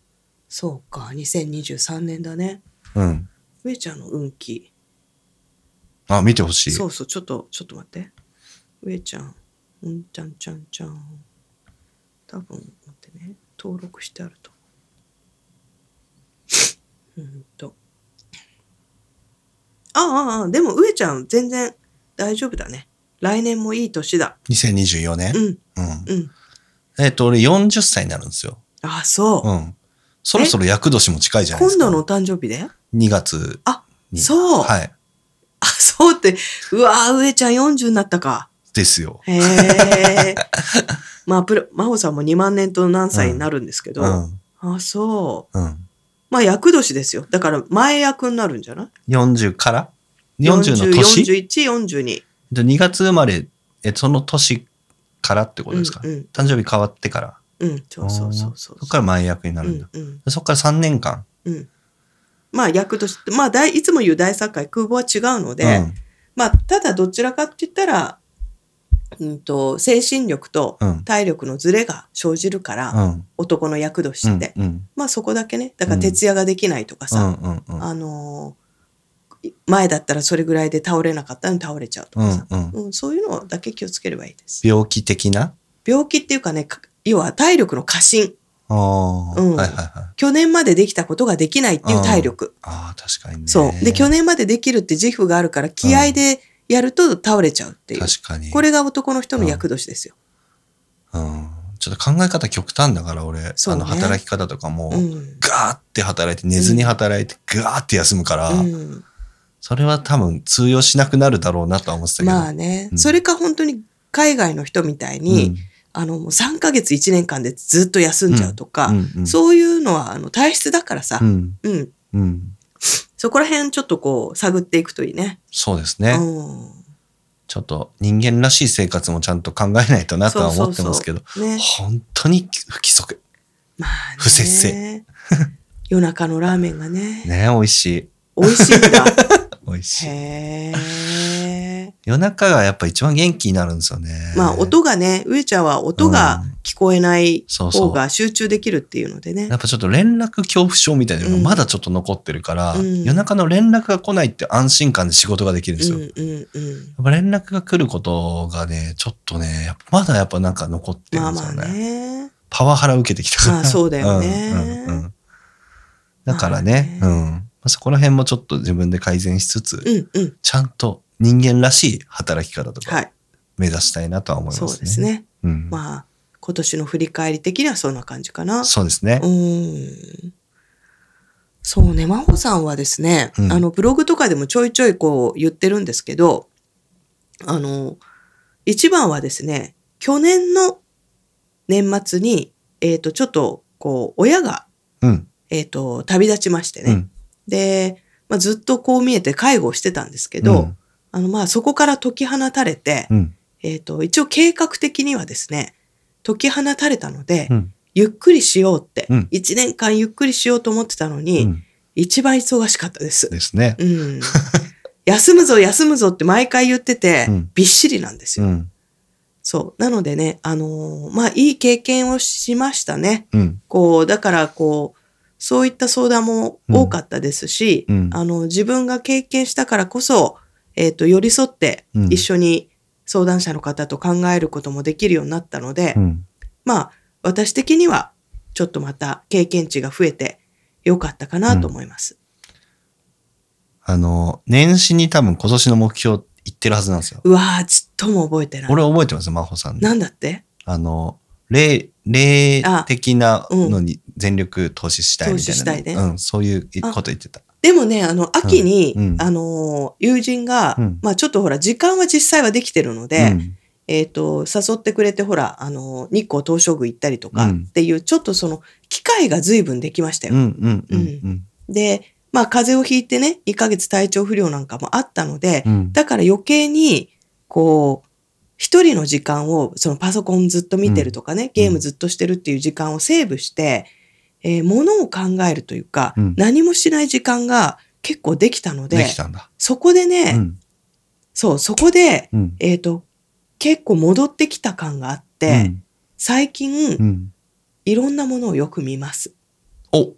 Speaker 1: そうか、2023年だね。
Speaker 2: うん。
Speaker 1: 上ちゃんの運気。
Speaker 2: あ、見てほしい。
Speaker 1: そうそう、ちょっと、ちょっと待って。上ちゃん、うんちゃんちゃんちゃん。多分、待ってね。登録してあると。うんと。ああああ、でも上ちゃん全然大丈夫だね。来年もいい年だ。
Speaker 2: 2024年
Speaker 1: う。ん、
Speaker 2: うん。
Speaker 1: うん。
Speaker 2: えっと、俺40歳になるんですよ。
Speaker 1: ああ、そう。
Speaker 2: うん。そろそろ厄年も近いじゃないで
Speaker 1: 今
Speaker 2: すか。
Speaker 1: 度のお誕生日で
Speaker 2: 2月
Speaker 1: あ、
Speaker 2: に。
Speaker 1: そう。
Speaker 2: はい。
Speaker 1: あ、そうって、うわー、上ちゃん40になったか。
Speaker 2: ですよ。
Speaker 1: へ
Speaker 2: (laughs)
Speaker 1: え。まあ、プロ、真帆さんも2万年と何歳になるんですけど、
Speaker 2: うん。
Speaker 1: あ、そう。
Speaker 2: うん。
Speaker 1: まあ、役年ですよ。だから、前役になるんじゃない
Speaker 2: 40から40の年
Speaker 1: ?41、42。
Speaker 2: で ?2 月生まれ、え、その年からってことですか、
Speaker 1: うん、うん
Speaker 2: 誕生日変わってから。
Speaker 1: うん。そうそうそうそう。
Speaker 2: そっから前役になるんだ。
Speaker 1: うんうん、
Speaker 2: でそっから3年間。
Speaker 1: うん。まあ、役年って、まあ大、いつも言う大作会、空母は違うので、まあ、ただ、どちらかって言ったら、うんと、精神力と
Speaker 2: うん。うん。
Speaker 1: 体力のズレが生じるから、
Speaker 2: うん。
Speaker 1: 男の役年
Speaker 2: う
Speaker 1: っ
Speaker 2: ん
Speaker 1: て。。
Speaker 2: うん。
Speaker 1: まあそこだけね。だから徹夜ができないとか
Speaker 2: うん
Speaker 1: さ、。
Speaker 2: うん。うん。
Speaker 1: あのーい前だったらそれぐらいで倒れなかったのに倒れちゃうと
Speaker 2: う
Speaker 1: か
Speaker 2: ん
Speaker 1: さ、
Speaker 2: うん。
Speaker 1: うんそういうのだけ気をつければいいです。
Speaker 2: 病気的な
Speaker 1: 病気っていうかね、か要は体力の過信。
Speaker 2: ああ、
Speaker 1: うん
Speaker 2: はいはいはい。
Speaker 1: 去年までできたことができないっていう体力。
Speaker 2: ああ、確かにね。
Speaker 1: そう。で、去年までできるって自負があるから気合でやると倒れちゃうっていう。
Speaker 2: 確かに。
Speaker 1: これが男の人の役年ですよ。
Speaker 2: うん。ちょっと考え方極端だから俺、
Speaker 1: そ
Speaker 2: あ
Speaker 1: うね
Speaker 2: の、働き方とかも、
Speaker 1: うん。
Speaker 2: ガーって働いて、寝ずに働いて、ガーって休むから、
Speaker 1: うん、
Speaker 2: それは多分通用しなくなるだろうなとは思ってたけど。
Speaker 1: まあね、
Speaker 2: うん
Speaker 1: それか本当に海外の人みたいに、あの、もう3ヶ月1年間でずっと休んじゃうとか、
Speaker 2: うんうん
Speaker 1: そういうのはあの体質だからさ、
Speaker 2: うん
Speaker 1: うん、
Speaker 2: うん
Speaker 1: そこら辺ちょっとこう探っていくといいね。
Speaker 2: そうですね、
Speaker 1: うん、
Speaker 2: ちょっと人間らしい生活もちゃんと考えないとなとは思ってますけど
Speaker 1: そうそうそうね。
Speaker 2: 本当に不規則
Speaker 1: まあね。
Speaker 2: 不節制。
Speaker 1: 夜中のラーメンがね、
Speaker 2: (laughs) ね美味しい
Speaker 1: 美味しいん
Speaker 2: (laughs)
Speaker 1: だ。
Speaker 2: 美味しい
Speaker 1: へえ。
Speaker 2: 夜中がやっぱ一番元気になるんですよね
Speaker 1: まあ音がね、上ちゃんは音が聞こえない
Speaker 2: そう
Speaker 1: 方
Speaker 2: そう
Speaker 1: が集中できるっていうのでね
Speaker 2: (laughs) や。っぱちょっと連絡恐怖症みたいなのが
Speaker 1: うん
Speaker 2: まだちょっと残ってるから、
Speaker 1: うん
Speaker 2: 夜中の連絡が来ないって安心感で仕事ができるんです
Speaker 1: う
Speaker 2: よ、
Speaker 1: んうんうん。
Speaker 2: やっぱ連絡が来ることがね、ちょっとね、やっぱまだやっぱなんか残って
Speaker 1: ま
Speaker 2: る
Speaker 1: あ
Speaker 2: んです
Speaker 1: ま
Speaker 2: よ
Speaker 1: あ
Speaker 2: ね。
Speaker 1: ね。
Speaker 2: パワハラ受けてきたから。
Speaker 1: まあそうだよね
Speaker 2: (laughs) うんうんうんだからね、
Speaker 1: まあね
Speaker 2: うん。まあそこら辺もちょっと自分で改善しつつ、
Speaker 1: うんうん。
Speaker 2: ちゃんと人間らしい働き方とか、
Speaker 1: はい。
Speaker 2: 目指したいなとは思いま
Speaker 1: そ
Speaker 2: すね。
Speaker 1: うです。ね。
Speaker 2: うん。
Speaker 1: まあ、今年の振り返り的にはそんな感じかな。
Speaker 2: そうですね
Speaker 1: う。ん。そうね、真帆さんはですね、
Speaker 2: うん
Speaker 1: あの、ブログとかでもちょいちょいこう言ってるんですけど、あの、一番はですね、去年の年末に、えっ、と、ちょっと、こう、親が、
Speaker 2: うん。
Speaker 1: えっ、と、旅立ちまして
Speaker 2: う
Speaker 1: ね。
Speaker 2: ん。
Speaker 1: で、まあ、ずっとこう見えて介護をしてたんですけど、
Speaker 2: うん
Speaker 1: あの、まあ、そこから解き放たれて、
Speaker 2: うん。
Speaker 1: えっ、と、一応計画的にはですね、解き放たれたので、
Speaker 2: うん。
Speaker 1: ゆっくりしようって、
Speaker 2: うん
Speaker 1: 一年間ゆっくりしようと思ってたのに、
Speaker 2: うん
Speaker 1: 一番忙しかったです。
Speaker 2: ですね。
Speaker 1: うん。休むぞ、休むぞって毎回言ってて、
Speaker 2: うん
Speaker 1: びっしりなんです
Speaker 2: う
Speaker 1: よ。
Speaker 2: ん。
Speaker 1: そう。なのでね、あのーまあ、いい経験をしましたね。
Speaker 2: うん。
Speaker 1: こう、だからこう、そういった相談も多かったですし、
Speaker 2: うんうん
Speaker 1: あの、自分が経験したからこそ、えっ、と、寄り添って
Speaker 2: うん
Speaker 1: 一緒に相談者の方と考えることもできるようになったので、
Speaker 2: うん。
Speaker 1: まあ、私的には、ちょっとまた経験値が増えてよかったかなと思います。
Speaker 2: あの、年始に多分今年の目標言ってるはずなんですよ。
Speaker 1: うわー、ちっとも覚えてない。
Speaker 2: 俺覚えてますよ、真帆さん。
Speaker 1: なんだって
Speaker 2: あの、霊、霊的なのに全力投資したいみたいな。
Speaker 1: 投資したいね
Speaker 2: うん、そういうこと言ってた。
Speaker 1: でもね、あの、秋に、
Speaker 2: うんうん
Speaker 1: あのー、友人が、
Speaker 2: うん
Speaker 1: まあちょっとほら、時間は実際はできてるので、
Speaker 2: うん
Speaker 1: えっ、と、誘ってくれて、ほら、あのー、日光東照宮行ったりとか
Speaker 2: うん
Speaker 1: っていう、ちょっとその、機会が随分できました
Speaker 2: う
Speaker 1: よ。
Speaker 2: んうんうん
Speaker 1: で、まあ風邪をひいてね、1ヶ月体調不良なんかもあったので、
Speaker 2: うん。
Speaker 1: だから余計に、こう、一人の時間を、そのパソコンずっと見てるとかね、ゲームずっとしてるっていう時間をセーブして、えー、ものを考えるというか、
Speaker 2: うん
Speaker 1: 何もしない時間が結構できたので、
Speaker 2: できたんだ。
Speaker 1: そこでね、
Speaker 2: うん
Speaker 1: そう、そこで、
Speaker 2: うん。
Speaker 1: えっ、と、結構戻ってきた感があって、
Speaker 2: うん
Speaker 1: 最近、
Speaker 2: うん
Speaker 1: いろんなものをよく見ます。
Speaker 2: お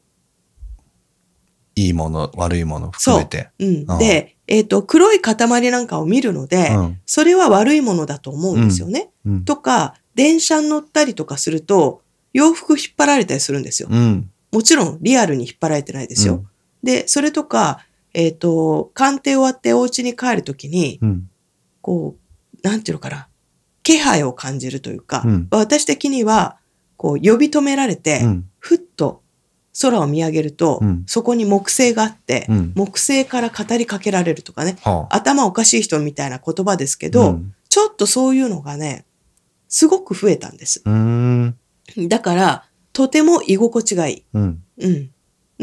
Speaker 2: いいもの、悪いもの含めて。
Speaker 1: うん
Speaker 2: ああ。
Speaker 1: で、えっ、と、黒い塊なんかを見るので、
Speaker 2: うん
Speaker 1: それは悪いものだと思うんですよね。
Speaker 2: うん
Speaker 1: とか、電車に乗ったりとかすると、洋服引っ張られたりするんですよ。
Speaker 2: うん
Speaker 1: もちろんリアルに引っ張られてないですよ。で、それとか、えっ、と、鑑定終わってお家に帰るときに、
Speaker 2: うん
Speaker 1: こう、なんていうのかな、気配を感じるというか、
Speaker 2: うん
Speaker 1: 私的には、こう、呼び止められて、
Speaker 2: うん
Speaker 1: ふっと空を見上げると、
Speaker 2: うん
Speaker 1: そこに木星があって、
Speaker 2: うん
Speaker 1: 木星から語りかけられるとかね、
Speaker 2: はあ
Speaker 1: 頭おかしい人みたいな言葉ですけど、
Speaker 2: うん
Speaker 1: ちょっとそういうのがね、すごく増えたんです。
Speaker 2: うーん
Speaker 1: だから、とても居心地がい
Speaker 2: うん
Speaker 1: い。うん。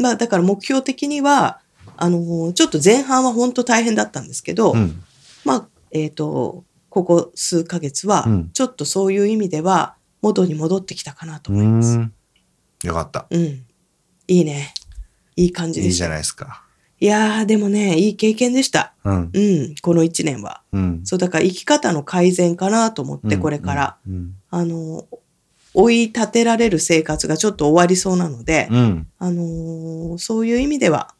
Speaker 1: まあ、だから目標的には、あのーちょっと前半は本当大変だったんですけど、
Speaker 2: うん
Speaker 1: まあ、えっ、と、ここ数ヶ月は
Speaker 2: うん、
Speaker 1: ちょっとそういう意味では、元に戻ってきたかなと
Speaker 2: う
Speaker 1: 思います。
Speaker 2: んよかった。
Speaker 1: うん。いいね。いい感じ
Speaker 2: い
Speaker 1: で
Speaker 2: い
Speaker 1: し
Speaker 2: じ
Speaker 1: た。
Speaker 2: ゃないですか。
Speaker 1: いやー、でもね、いい経験でした。
Speaker 2: うん
Speaker 1: うん、この一年は。
Speaker 2: うん
Speaker 1: そう、だから生き方の改善かなと思って、これから。
Speaker 2: うん
Speaker 1: あの、追い立てられる生活がちょっと終わりそうなので、
Speaker 2: うん
Speaker 1: あのーそういう意味では、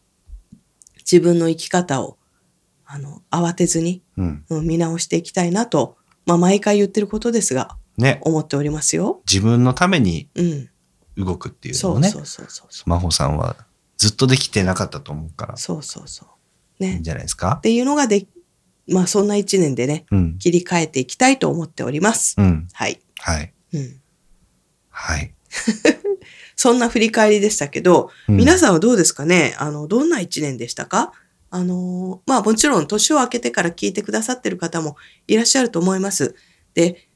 Speaker 1: 自分の生き方を、あの、慌てずに、
Speaker 2: うん
Speaker 1: うん見直していきたいなと、まあ、毎回言ってることですが、
Speaker 2: ね
Speaker 1: 思っておりますよ。
Speaker 2: 自分のために
Speaker 1: うん。
Speaker 2: 動くっていうの
Speaker 1: そ
Speaker 2: を
Speaker 1: う
Speaker 2: ね
Speaker 1: そうそうそうそう。
Speaker 2: 真帆さんはずっとできてなかったと思うから
Speaker 1: そうそうそう。
Speaker 2: いい
Speaker 1: ね
Speaker 2: ん。じゃないですか
Speaker 1: っ。ていうのがで、まあ、そんな一年でね、
Speaker 2: うん
Speaker 1: 切り替えていきたいと思っております。
Speaker 2: うん
Speaker 1: はい。
Speaker 2: はい
Speaker 1: うん。
Speaker 2: はい。
Speaker 1: そんな振り返りでしたけど、
Speaker 2: うん
Speaker 1: 皆さんはどうですかねあの、どんな一年でしたかあのーまあもちろん年を明けてから聞いてくださってる方もいらっしゃると思います。で、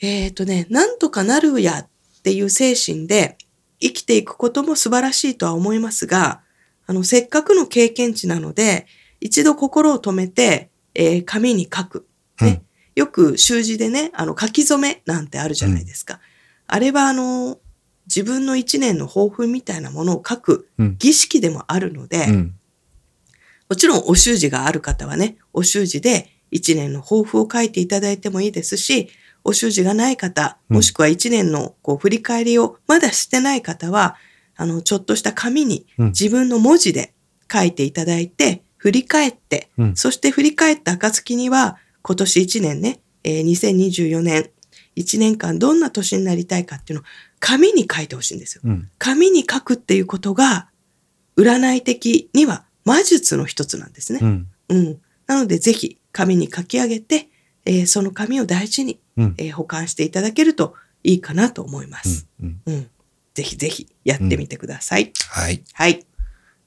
Speaker 1: えっ、とね、なんとかなるやっていう精神で生きていくことも素晴らしいとは思いますが、あの、せっかくの経験値なので、一度心を止めて、えー紙に書く。ね。よく習字でね、あの、書き初めなんてあるじゃないですか。あれはあのー自分の一年の抱負みたいなものを書く
Speaker 2: うん
Speaker 1: 儀式でもあるので、
Speaker 2: うん
Speaker 1: もちろんお習字がある方はね、お習字で一年の抱負を書いていただいてもいいですし、お習字がない方、
Speaker 2: うん
Speaker 1: もしくは一年のこう振り返りをまだしてない方は、あの、ちょっとした紙に
Speaker 2: うん
Speaker 1: 自分の文字で書いていただいて、振り返って、
Speaker 2: うん
Speaker 1: そして振り返った暁には、今年一年ね、えー2024年、一年間どんな年になりたいかっていうのを紙に書いてほしいんですよ。
Speaker 2: うん
Speaker 1: 紙に書くっていうことが、占い的には魔術の一つなんですね
Speaker 2: う。ん
Speaker 1: うん。なので、ぜひ紙に書き上げて、えーその紙を大事に、
Speaker 2: うん
Speaker 1: えー保管していただけるといいかなと思います。
Speaker 2: うんうん
Speaker 1: うんぜひぜひやってみてください。
Speaker 2: はい。
Speaker 1: はい。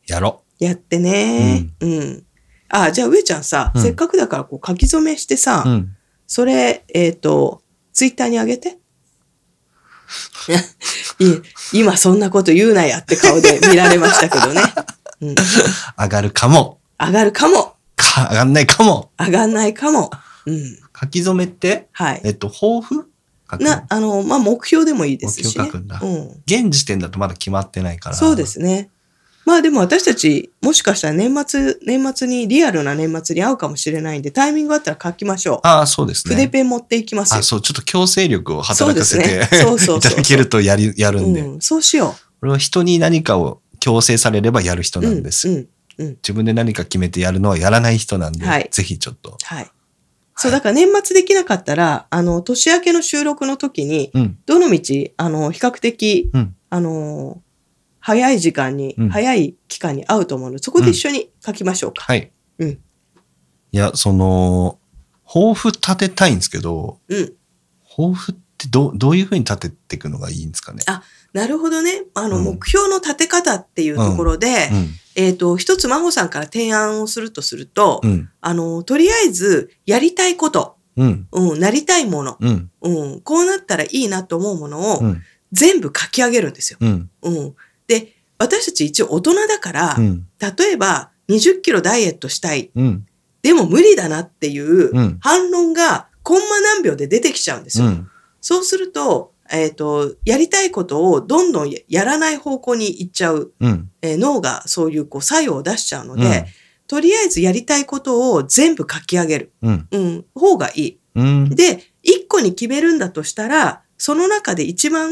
Speaker 2: やろ
Speaker 1: やってね、うん。あ、じゃあ上ちゃんさ、
Speaker 2: うん
Speaker 1: せっかくだからこう書き初めしてさ、
Speaker 2: う。ん。
Speaker 1: それ、えっ、と、ツイッターにあげて。 (laughs) いえ、今そんなこと言うなやって顔で見られましたけ
Speaker 2: (laughs)
Speaker 1: どね。うん、
Speaker 2: 上がるかも。
Speaker 1: 上がるかも、
Speaker 2: か、上がんないかも。
Speaker 1: 上がんないかも。うん。
Speaker 2: 書き初めって、
Speaker 1: はい。
Speaker 2: えっと、抱負書く
Speaker 1: な、あの、まあ、目標でもいいです
Speaker 2: 目
Speaker 1: し、
Speaker 2: 標
Speaker 1: ね。
Speaker 2: 書くんだ
Speaker 1: うん。
Speaker 2: 現時点だとまだ決まってないから。
Speaker 1: そうで。すね。まあでも私たち、もしかしたら年末、年末に、リアルな年末に会うかもしれないんで、タイミングあったら書きましょう。
Speaker 2: ああ、そうですね。
Speaker 1: 筆ペン持っていきますよ
Speaker 2: あ、。そう、ちょっと強制力を働かせ
Speaker 1: そう
Speaker 2: て、
Speaker 1: ですねそうそうそう
Speaker 2: (laughs) いただけるとやり、やるんで。
Speaker 1: うん、そうしよ
Speaker 2: 俺は人に何かを強制されればやる人
Speaker 1: う。
Speaker 2: なんです。
Speaker 1: うん。うん
Speaker 2: 自分で何か決めてやるのはやらない人なんで、
Speaker 1: はい
Speaker 2: ぜひちょっと。
Speaker 1: はい。そう、だから年末できなかったら、あの、年明けの収録の時に、
Speaker 2: うん。
Speaker 1: どの道、あの、比較的、
Speaker 2: うん
Speaker 1: あの、早い時間に、
Speaker 2: うん
Speaker 1: 早い期間に会うと思うので、そこで一緒に書きましょうか。
Speaker 2: はい。
Speaker 1: うん
Speaker 2: いや、その、抱負立てたいんですけど、
Speaker 1: うん。
Speaker 2: 抱負ってどうどういうふうに立てていくのがいいんですかね。
Speaker 1: なるほどね。あの、
Speaker 2: うん
Speaker 1: 目標の立て方っていうところで、
Speaker 2: うん。
Speaker 1: えっ、と、一つ真帆さんから提案をするとすると、
Speaker 2: うん。
Speaker 1: あの、とりあえず、やりたいこと、
Speaker 2: うん。
Speaker 1: うん、なりたいもの、
Speaker 2: うん。
Speaker 1: うん、こうなったらいいなと思うもの
Speaker 2: う
Speaker 1: を、
Speaker 2: ん。
Speaker 1: 全部書き上げるんですよ。
Speaker 2: うん。
Speaker 1: うん。で、私たち一応大人だから、
Speaker 2: うん。
Speaker 1: 例えば20キロダイエットしたい。
Speaker 2: うん。
Speaker 1: でも無理だなっていう
Speaker 2: うん
Speaker 1: 反論がコンマ何秒で出てきちゃうんです
Speaker 2: う
Speaker 1: よ。
Speaker 2: ん。
Speaker 1: そうすると、えっ、と、やりたいことをどんどんややらない方向に行っちゃう、
Speaker 2: うん。
Speaker 1: えー脳がそういうこう作用を出しちゃうので、
Speaker 2: うん
Speaker 1: とりあえずやりたいことを全部書き上げる、
Speaker 2: うん。
Speaker 1: うん、方がい
Speaker 2: うん
Speaker 1: い。。で、1個に決めるんだとしたら、その中で一番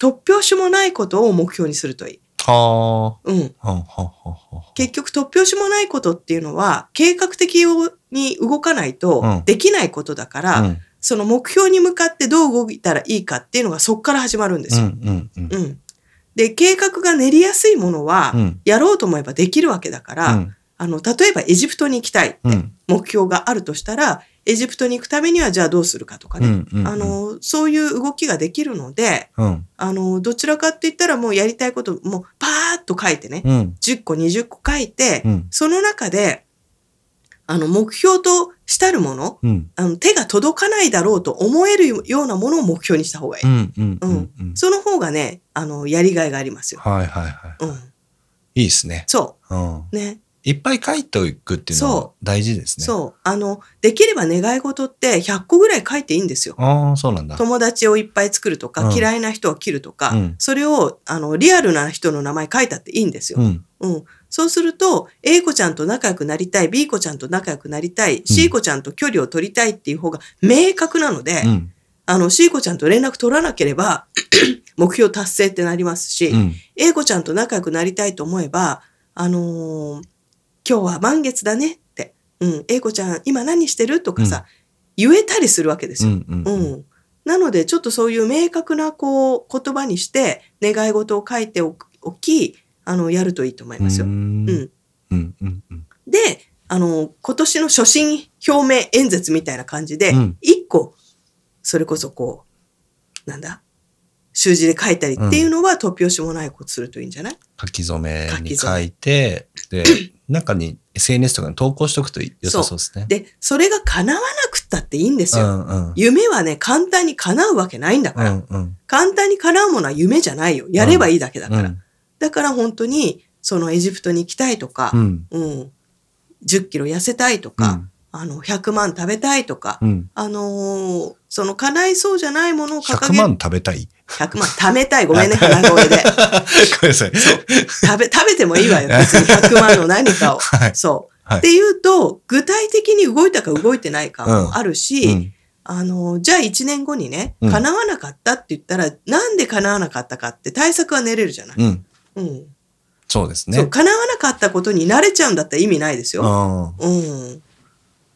Speaker 1: 突拍子もないことを目標にするといい。うん。
Speaker 2: はあ。はんはんはんはんは
Speaker 1: 結局突拍子もないことっていうのは計画的に動かないうと
Speaker 2: ん
Speaker 1: できないことだから、
Speaker 2: んうん。
Speaker 1: その目標に向かってどう動いたらいいかっていうのがそこから始まるんで
Speaker 2: う
Speaker 1: すよ。
Speaker 2: ん。うん。
Speaker 1: うんで計画が練りやすいものは、
Speaker 2: うん。
Speaker 1: やろうと思えばできるわけだから、
Speaker 2: うん。
Speaker 1: あの例えばエジプトに行きたいって
Speaker 2: うん。
Speaker 1: 目標があるとしたら、エジプトに行くためにはじゃあどうするかとか
Speaker 2: う
Speaker 1: ね、
Speaker 2: ん。うん
Speaker 1: あ、のそういう動きができるので
Speaker 2: うん。
Speaker 1: あのどちらかって言ったらもうやりたいこともうパーッと書いてね、
Speaker 2: うん。
Speaker 1: 10個20個書いて、
Speaker 2: うん。
Speaker 1: その中で、あの、目標としたるもの、
Speaker 2: うん。
Speaker 1: あの、手が届かないだろうと思えるようなものを目標にした方がいい。
Speaker 2: うん。うん。うん。うん。
Speaker 1: その方がね、あの、やりがいがありますよ。
Speaker 2: はいはいは
Speaker 1: うん。
Speaker 2: い。いいですね。
Speaker 1: そ
Speaker 2: うん。
Speaker 1: う。ね。
Speaker 2: いっぱい書いておくっていうのは
Speaker 1: そ
Speaker 2: 大事ですね。う。
Speaker 1: そう。あの、できれば願い事って100個ぐらい書いていいんですよ。
Speaker 2: ああ、そうなんだ。
Speaker 1: 友達をいっぱい作るとか、
Speaker 2: うん
Speaker 1: 嫌いな人を切るとか、
Speaker 2: うん
Speaker 1: それを、あの、リアルな人の名前書いたっていいんですよ。
Speaker 2: うん。
Speaker 1: うん。そうすると、A 子ちゃんと仲良くなりたい、B 子ちゃんと仲良くなりたい、C 子ちゃんと距離を取りたいっていう方が明確なので、
Speaker 2: うん。
Speaker 1: あの、C 子ちゃんと連絡取らなければ、 (clears throat) 目標達成ってなりますし、
Speaker 2: うん。
Speaker 1: A 子ちゃんと仲良くなりたいと思えば、あのー今日は満月だねって、うん、A 子ちゃん今何してるとかさ、言えたりするわけです
Speaker 2: う
Speaker 1: よ。
Speaker 2: ん。うん。
Speaker 1: うん。なので、ちょっとそういう明確な、こう、言葉にして、願い事を書いておくおき、あの、やるといいと思いますよ。
Speaker 2: ん
Speaker 1: う
Speaker 2: うん
Speaker 1: ん。
Speaker 2: うん。うん。
Speaker 1: で、あの、今年の初心表明演説みたいな感じで
Speaker 2: うん、
Speaker 1: 一、個、それこそこう、なんだ習字で書いたりっていうのは、突拍子もないことするといいんじゃない、
Speaker 2: 書き初めに書いて、で、中に SNS とかに投稿しとくと良さそうですね。
Speaker 1: で、それが叶わなくったっていいんです
Speaker 2: う
Speaker 1: よ。
Speaker 2: んうん。
Speaker 1: 夢はね、簡単に叶うわけないんだ
Speaker 2: う
Speaker 1: から。
Speaker 2: んうん。
Speaker 1: 簡単に叶うものは夢じゃないよ。やればいいだけだから。
Speaker 2: うん。
Speaker 1: だから本当に、そのエジプトに行きたいとか
Speaker 2: う、ん。
Speaker 1: うん、10キロ痩せたいとか、あの、100万食べたいとか、
Speaker 2: うん。
Speaker 1: あのーその叶いそうじゃないものを掲
Speaker 2: 100
Speaker 1: げ
Speaker 2: 万食べたい
Speaker 1: ?100 万。貯めたい。ご
Speaker 2: (laughs)
Speaker 1: めんね、鼻声で。
Speaker 2: ごめんなさい。
Speaker 1: 食べ、食べてもいい
Speaker 2: (laughs)
Speaker 1: わよ。別に100万の何かを。
Speaker 2: はい。
Speaker 1: そう。
Speaker 2: はい
Speaker 1: っていうと、具体的に動いたか動いてないかもあるし、
Speaker 2: うん
Speaker 1: あのーじゃあ1年後にね、
Speaker 2: うん
Speaker 1: 叶わなかったって言ったら、なんで叶わなかったかって対策は練れるじゃない。
Speaker 2: うん。
Speaker 1: うん。
Speaker 2: そうです
Speaker 1: そう、
Speaker 2: ね。
Speaker 1: 叶わなかったことに慣れちゃうんだったら意味ないですよ。
Speaker 2: うん。
Speaker 1: うん。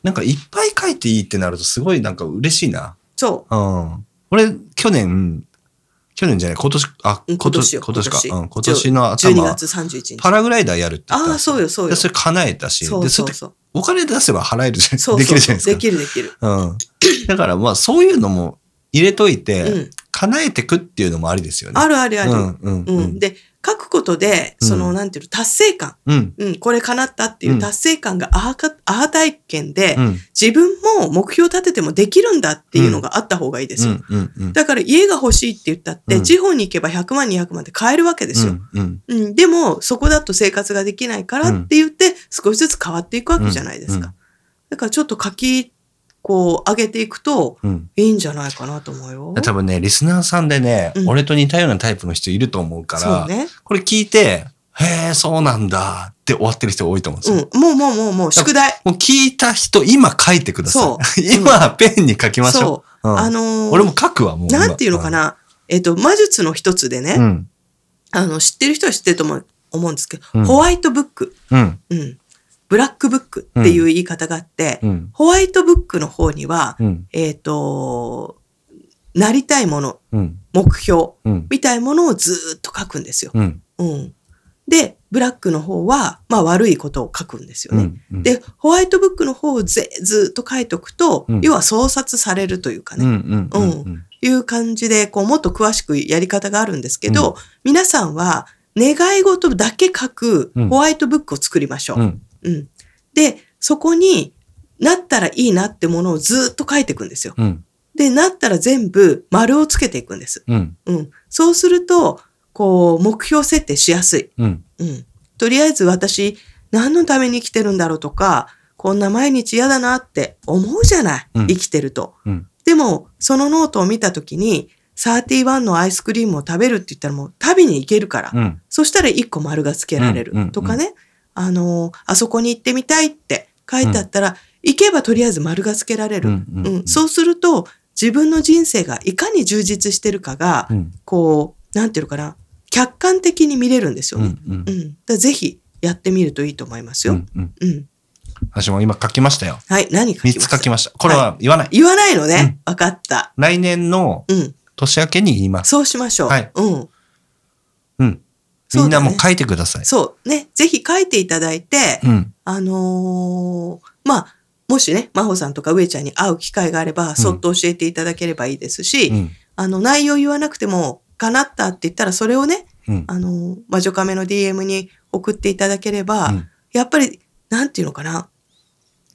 Speaker 2: なんかいっぱい書いていいってなるとすごいなんか嬉しいな。
Speaker 1: そう。
Speaker 2: うん。俺、去年、去年じゃない、今年、あ、
Speaker 1: うん
Speaker 2: 今
Speaker 1: 今年
Speaker 2: 年、
Speaker 1: よ
Speaker 2: 今年か。
Speaker 1: 今年
Speaker 2: うん、今年の
Speaker 1: 12
Speaker 2: 頭、
Speaker 1: 月31日。
Speaker 2: パラグライダーやるって言った
Speaker 1: あ
Speaker 2: ん
Speaker 1: あ、
Speaker 2: ですよ
Speaker 1: そうよ、そうよ。
Speaker 2: でそれ叶えたし、
Speaker 1: そう
Speaker 2: で、そ
Speaker 1: そ
Speaker 2: れ
Speaker 1: う
Speaker 2: って
Speaker 1: そう。
Speaker 2: お金出せば払えるじゃ
Speaker 1: そ
Speaker 2: ん、
Speaker 1: う
Speaker 2: (laughs) できるじ
Speaker 1: そ
Speaker 2: ゃな
Speaker 1: う
Speaker 2: いで
Speaker 1: そうで
Speaker 2: すか。
Speaker 1: きる、できる。
Speaker 2: うん。だからまあそういうのも入れといて、
Speaker 1: うん。
Speaker 2: 叶えてくっていうのもありですよね。
Speaker 1: あるあるある。
Speaker 2: うんうんう
Speaker 1: うんん。。で、書くことで、その、
Speaker 2: うん
Speaker 1: なんていうの、達成感。
Speaker 2: うん。
Speaker 1: うん、これ叶ったっていう達成感がアハか、アハ体験で
Speaker 2: う、ん。
Speaker 1: 自分も目標立ててもできるんだっていうのがあった方がいいですよ。
Speaker 2: うん。うん。
Speaker 1: だから家が欲しいって言ったって、
Speaker 2: うん
Speaker 1: 地方に行けば100万200万で買えるわけですよ。
Speaker 2: うんうん。
Speaker 1: うんでも、そこだと生活ができないからって言って、少しずつ変わっていくわけじゃないですか。だからちょっと書き、こう、上げていくと
Speaker 2: うん。うん。
Speaker 1: いいんじゃないかなと思うよ。
Speaker 2: 多分ね、リスナーさんでね、
Speaker 1: うん
Speaker 2: 俺と似たようなタイプの人いると思うか
Speaker 1: そ
Speaker 2: ら、
Speaker 1: うね。
Speaker 2: これ聞いて、へえ、そうなんだって終わってる人多いと思うんですよ。
Speaker 1: うん。もうもうもうもう、宿題。
Speaker 2: もう聞いた人、今書いてくださ
Speaker 1: そ
Speaker 2: い。 (laughs) 今、ペンに書きましょ
Speaker 1: そう。
Speaker 2: う。うん
Speaker 1: あのー
Speaker 2: 俺も書くわ、もう今。
Speaker 1: なんていうのかな。えっと、魔術の一つでね、
Speaker 2: うん。
Speaker 1: あの、知ってる人は知ってると思う思うんですけど、
Speaker 2: うん
Speaker 1: ホワイトブック、
Speaker 2: うん。
Speaker 1: うん。ブラックブックっていう言い方があって、
Speaker 2: うん。
Speaker 1: ホワイトブックの方には、
Speaker 2: うん。
Speaker 1: えっ、と、なりたいもの、
Speaker 2: うん。
Speaker 1: 目標
Speaker 2: うん。
Speaker 1: みたいものをずーっと書くんですよ。
Speaker 2: うん。
Speaker 1: うん。で、ブラックの方は、まあ悪いことを書くんですよ
Speaker 2: う
Speaker 1: ね。
Speaker 2: ん。うん、
Speaker 1: で、ホワイトブックの方をぜずーっと書いとくと、
Speaker 2: うん
Speaker 1: 要は創殺されるというか
Speaker 2: う
Speaker 1: ね、
Speaker 2: ん。うん。うん。うん。
Speaker 1: いう感じで、こう、もっと詳しくやり方があるんですけ
Speaker 2: う
Speaker 1: ど、皆さんは、願い事だけ書く
Speaker 2: うん
Speaker 1: ホワイトブックを作りましょう。
Speaker 2: うん。
Speaker 1: うん。で、そこになったらいいなってものをずーっと書いていくんですよ。
Speaker 2: うん。
Speaker 1: で、なったら全部丸をつけていくんです。
Speaker 2: うん。
Speaker 1: うん。そうすると、こう、目標設定しやすい。
Speaker 2: うん。
Speaker 1: うん。とりあえず私、何のために生きてるんだろうとか、こんな毎日嫌だなって思うじゃない、
Speaker 2: うん
Speaker 1: 生きてると。
Speaker 2: うん
Speaker 1: でも、そのノートを見たときに、31のアイスクリームを食べるって言ったらもう食べに行けるから。
Speaker 2: うん。
Speaker 1: そしたら1個丸がつけられる
Speaker 2: うんうんうん
Speaker 1: とかね。あのーあそこに行ってみたいって書いてあったら、行けばとりあえず丸がつけられる。
Speaker 2: うんうん
Speaker 1: うんそうすると、自分の人生がいかに充実してるかが、
Speaker 2: うん。
Speaker 1: こう、なんていうのかな、客観的に見れるんですよ
Speaker 2: う
Speaker 1: ね。
Speaker 2: ん。
Speaker 1: う。
Speaker 2: うん
Speaker 1: ん、だからぜひやってみるといいと思いますよ。
Speaker 2: うん。
Speaker 1: うん、
Speaker 2: 私も今書きましたよ。
Speaker 1: はい、何書きま
Speaker 2: 3
Speaker 1: す
Speaker 2: つ書きました。これは言わない。
Speaker 1: 言わないのね。わ、かった。
Speaker 2: 来年の
Speaker 1: うん、
Speaker 2: 年明けに言います。
Speaker 1: そうしましょう。
Speaker 2: はい
Speaker 1: うん、
Speaker 2: うん。
Speaker 1: そうだね
Speaker 2: みんなも書いてください。
Speaker 1: そうね、ぜひ書いていただいて、
Speaker 2: うん。
Speaker 1: あのーまあもしね、真帆さんとか上ちゃんに会う機会があれば、そっと教えていただければいいですし、
Speaker 2: うん。
Speaker 1: あの内容言わなくても叶ったって言ったら、それをね、
Speaker 2: うん。
Speaker 1: あのー魔女カメの DM に送っていただければ、
Speaker 2: うん
Speaker 1: やっぱり、なんていうのかな、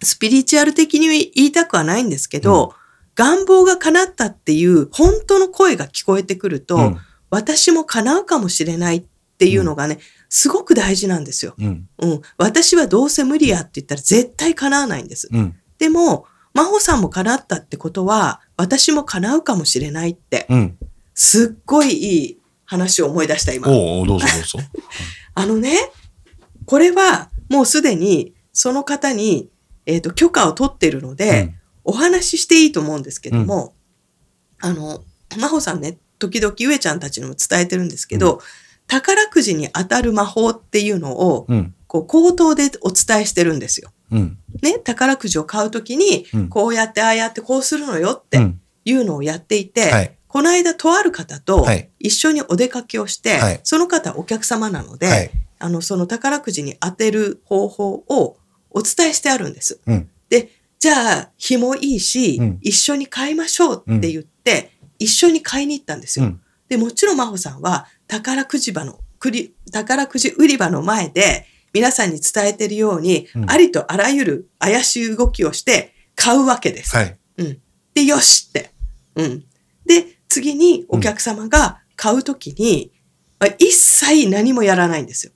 Speaker 1: スピリチュアル的に言いたくはないんですけど、願望が叶ったっていう本当の声が聞こえてくると、
Speaker 2: うん
Speaker 1: 私も叶うかもしれないっていうのがね、すごく大事なんですよ。
Speaker 2: うん。
Speaker 1: うん。私はどうせ無理やって言ったら絶対叶わないんです。
Speaker 2: うん。
Speaker 1: でも、真帆さんも叶ったってことは、私も叶うかもしれないって、
Speaker 2: うん。
Speaker 1: すっごいいい話を思い出した今。
Speaker 2: おうおうどうぞどうぞ。
Speaker 1: あのね、これはもうすでにその方に、えっと許可を取ってるので、
Speaker 2: うん
Speaker 1: お話ししていいと思うんですけども、あの、真帆さんね、時々上ちゃんたちにも伝えてるんですけど、宝くじに当たる魔法っていうのを、
Speaker 2: うん。
Speaker 1: こう、口頭でお伝えしてるんですよ。
Speaker 2: うん。
Speaker 1: ね、宝くじを買うときに
Speaker 2: うん、
Speaker 1: こうやって、ああやって、こうするのよっ
Speaker 2: う
Speaker 1: て
Speaker 2: ん。
Speaker 1: いうのをやっていて、
Speaker 2: はい。
Speaker 1: この間とある方と
Speaker 2: はい
Speaker 1: 一緒にお出かけをして、
Speaker 2: はい
Speaker 1: その方お客様なので、
Speaker 2: はい。
Speaker 1: あの、その宝くじに当てる方法をお伝えしてあるんです。
Speaker 2: うん
Speaker 1: で、じゃあ、日もいいし、
Speaker 2: うん
Speaker 1: 一緒に買いましょうって言って、一緒に買いに行ったんです
Speaker 2: う
Speaker 1: よ。
Speaker 2: ん。
Speaker 1: で、もちろん真帆さんは、宝くじ場の、くり宝くじ売り場の前で、皆さんに伝えてるように、
Speaker 2: うん
Speaker 1: ありとあらゆる怪しい動きをして、買うわけです。
Speaker 2: はい。
Speaker 1: で、よしって。うん。で、次にお客様が買うときに、まあ一切何もやらないんですよ。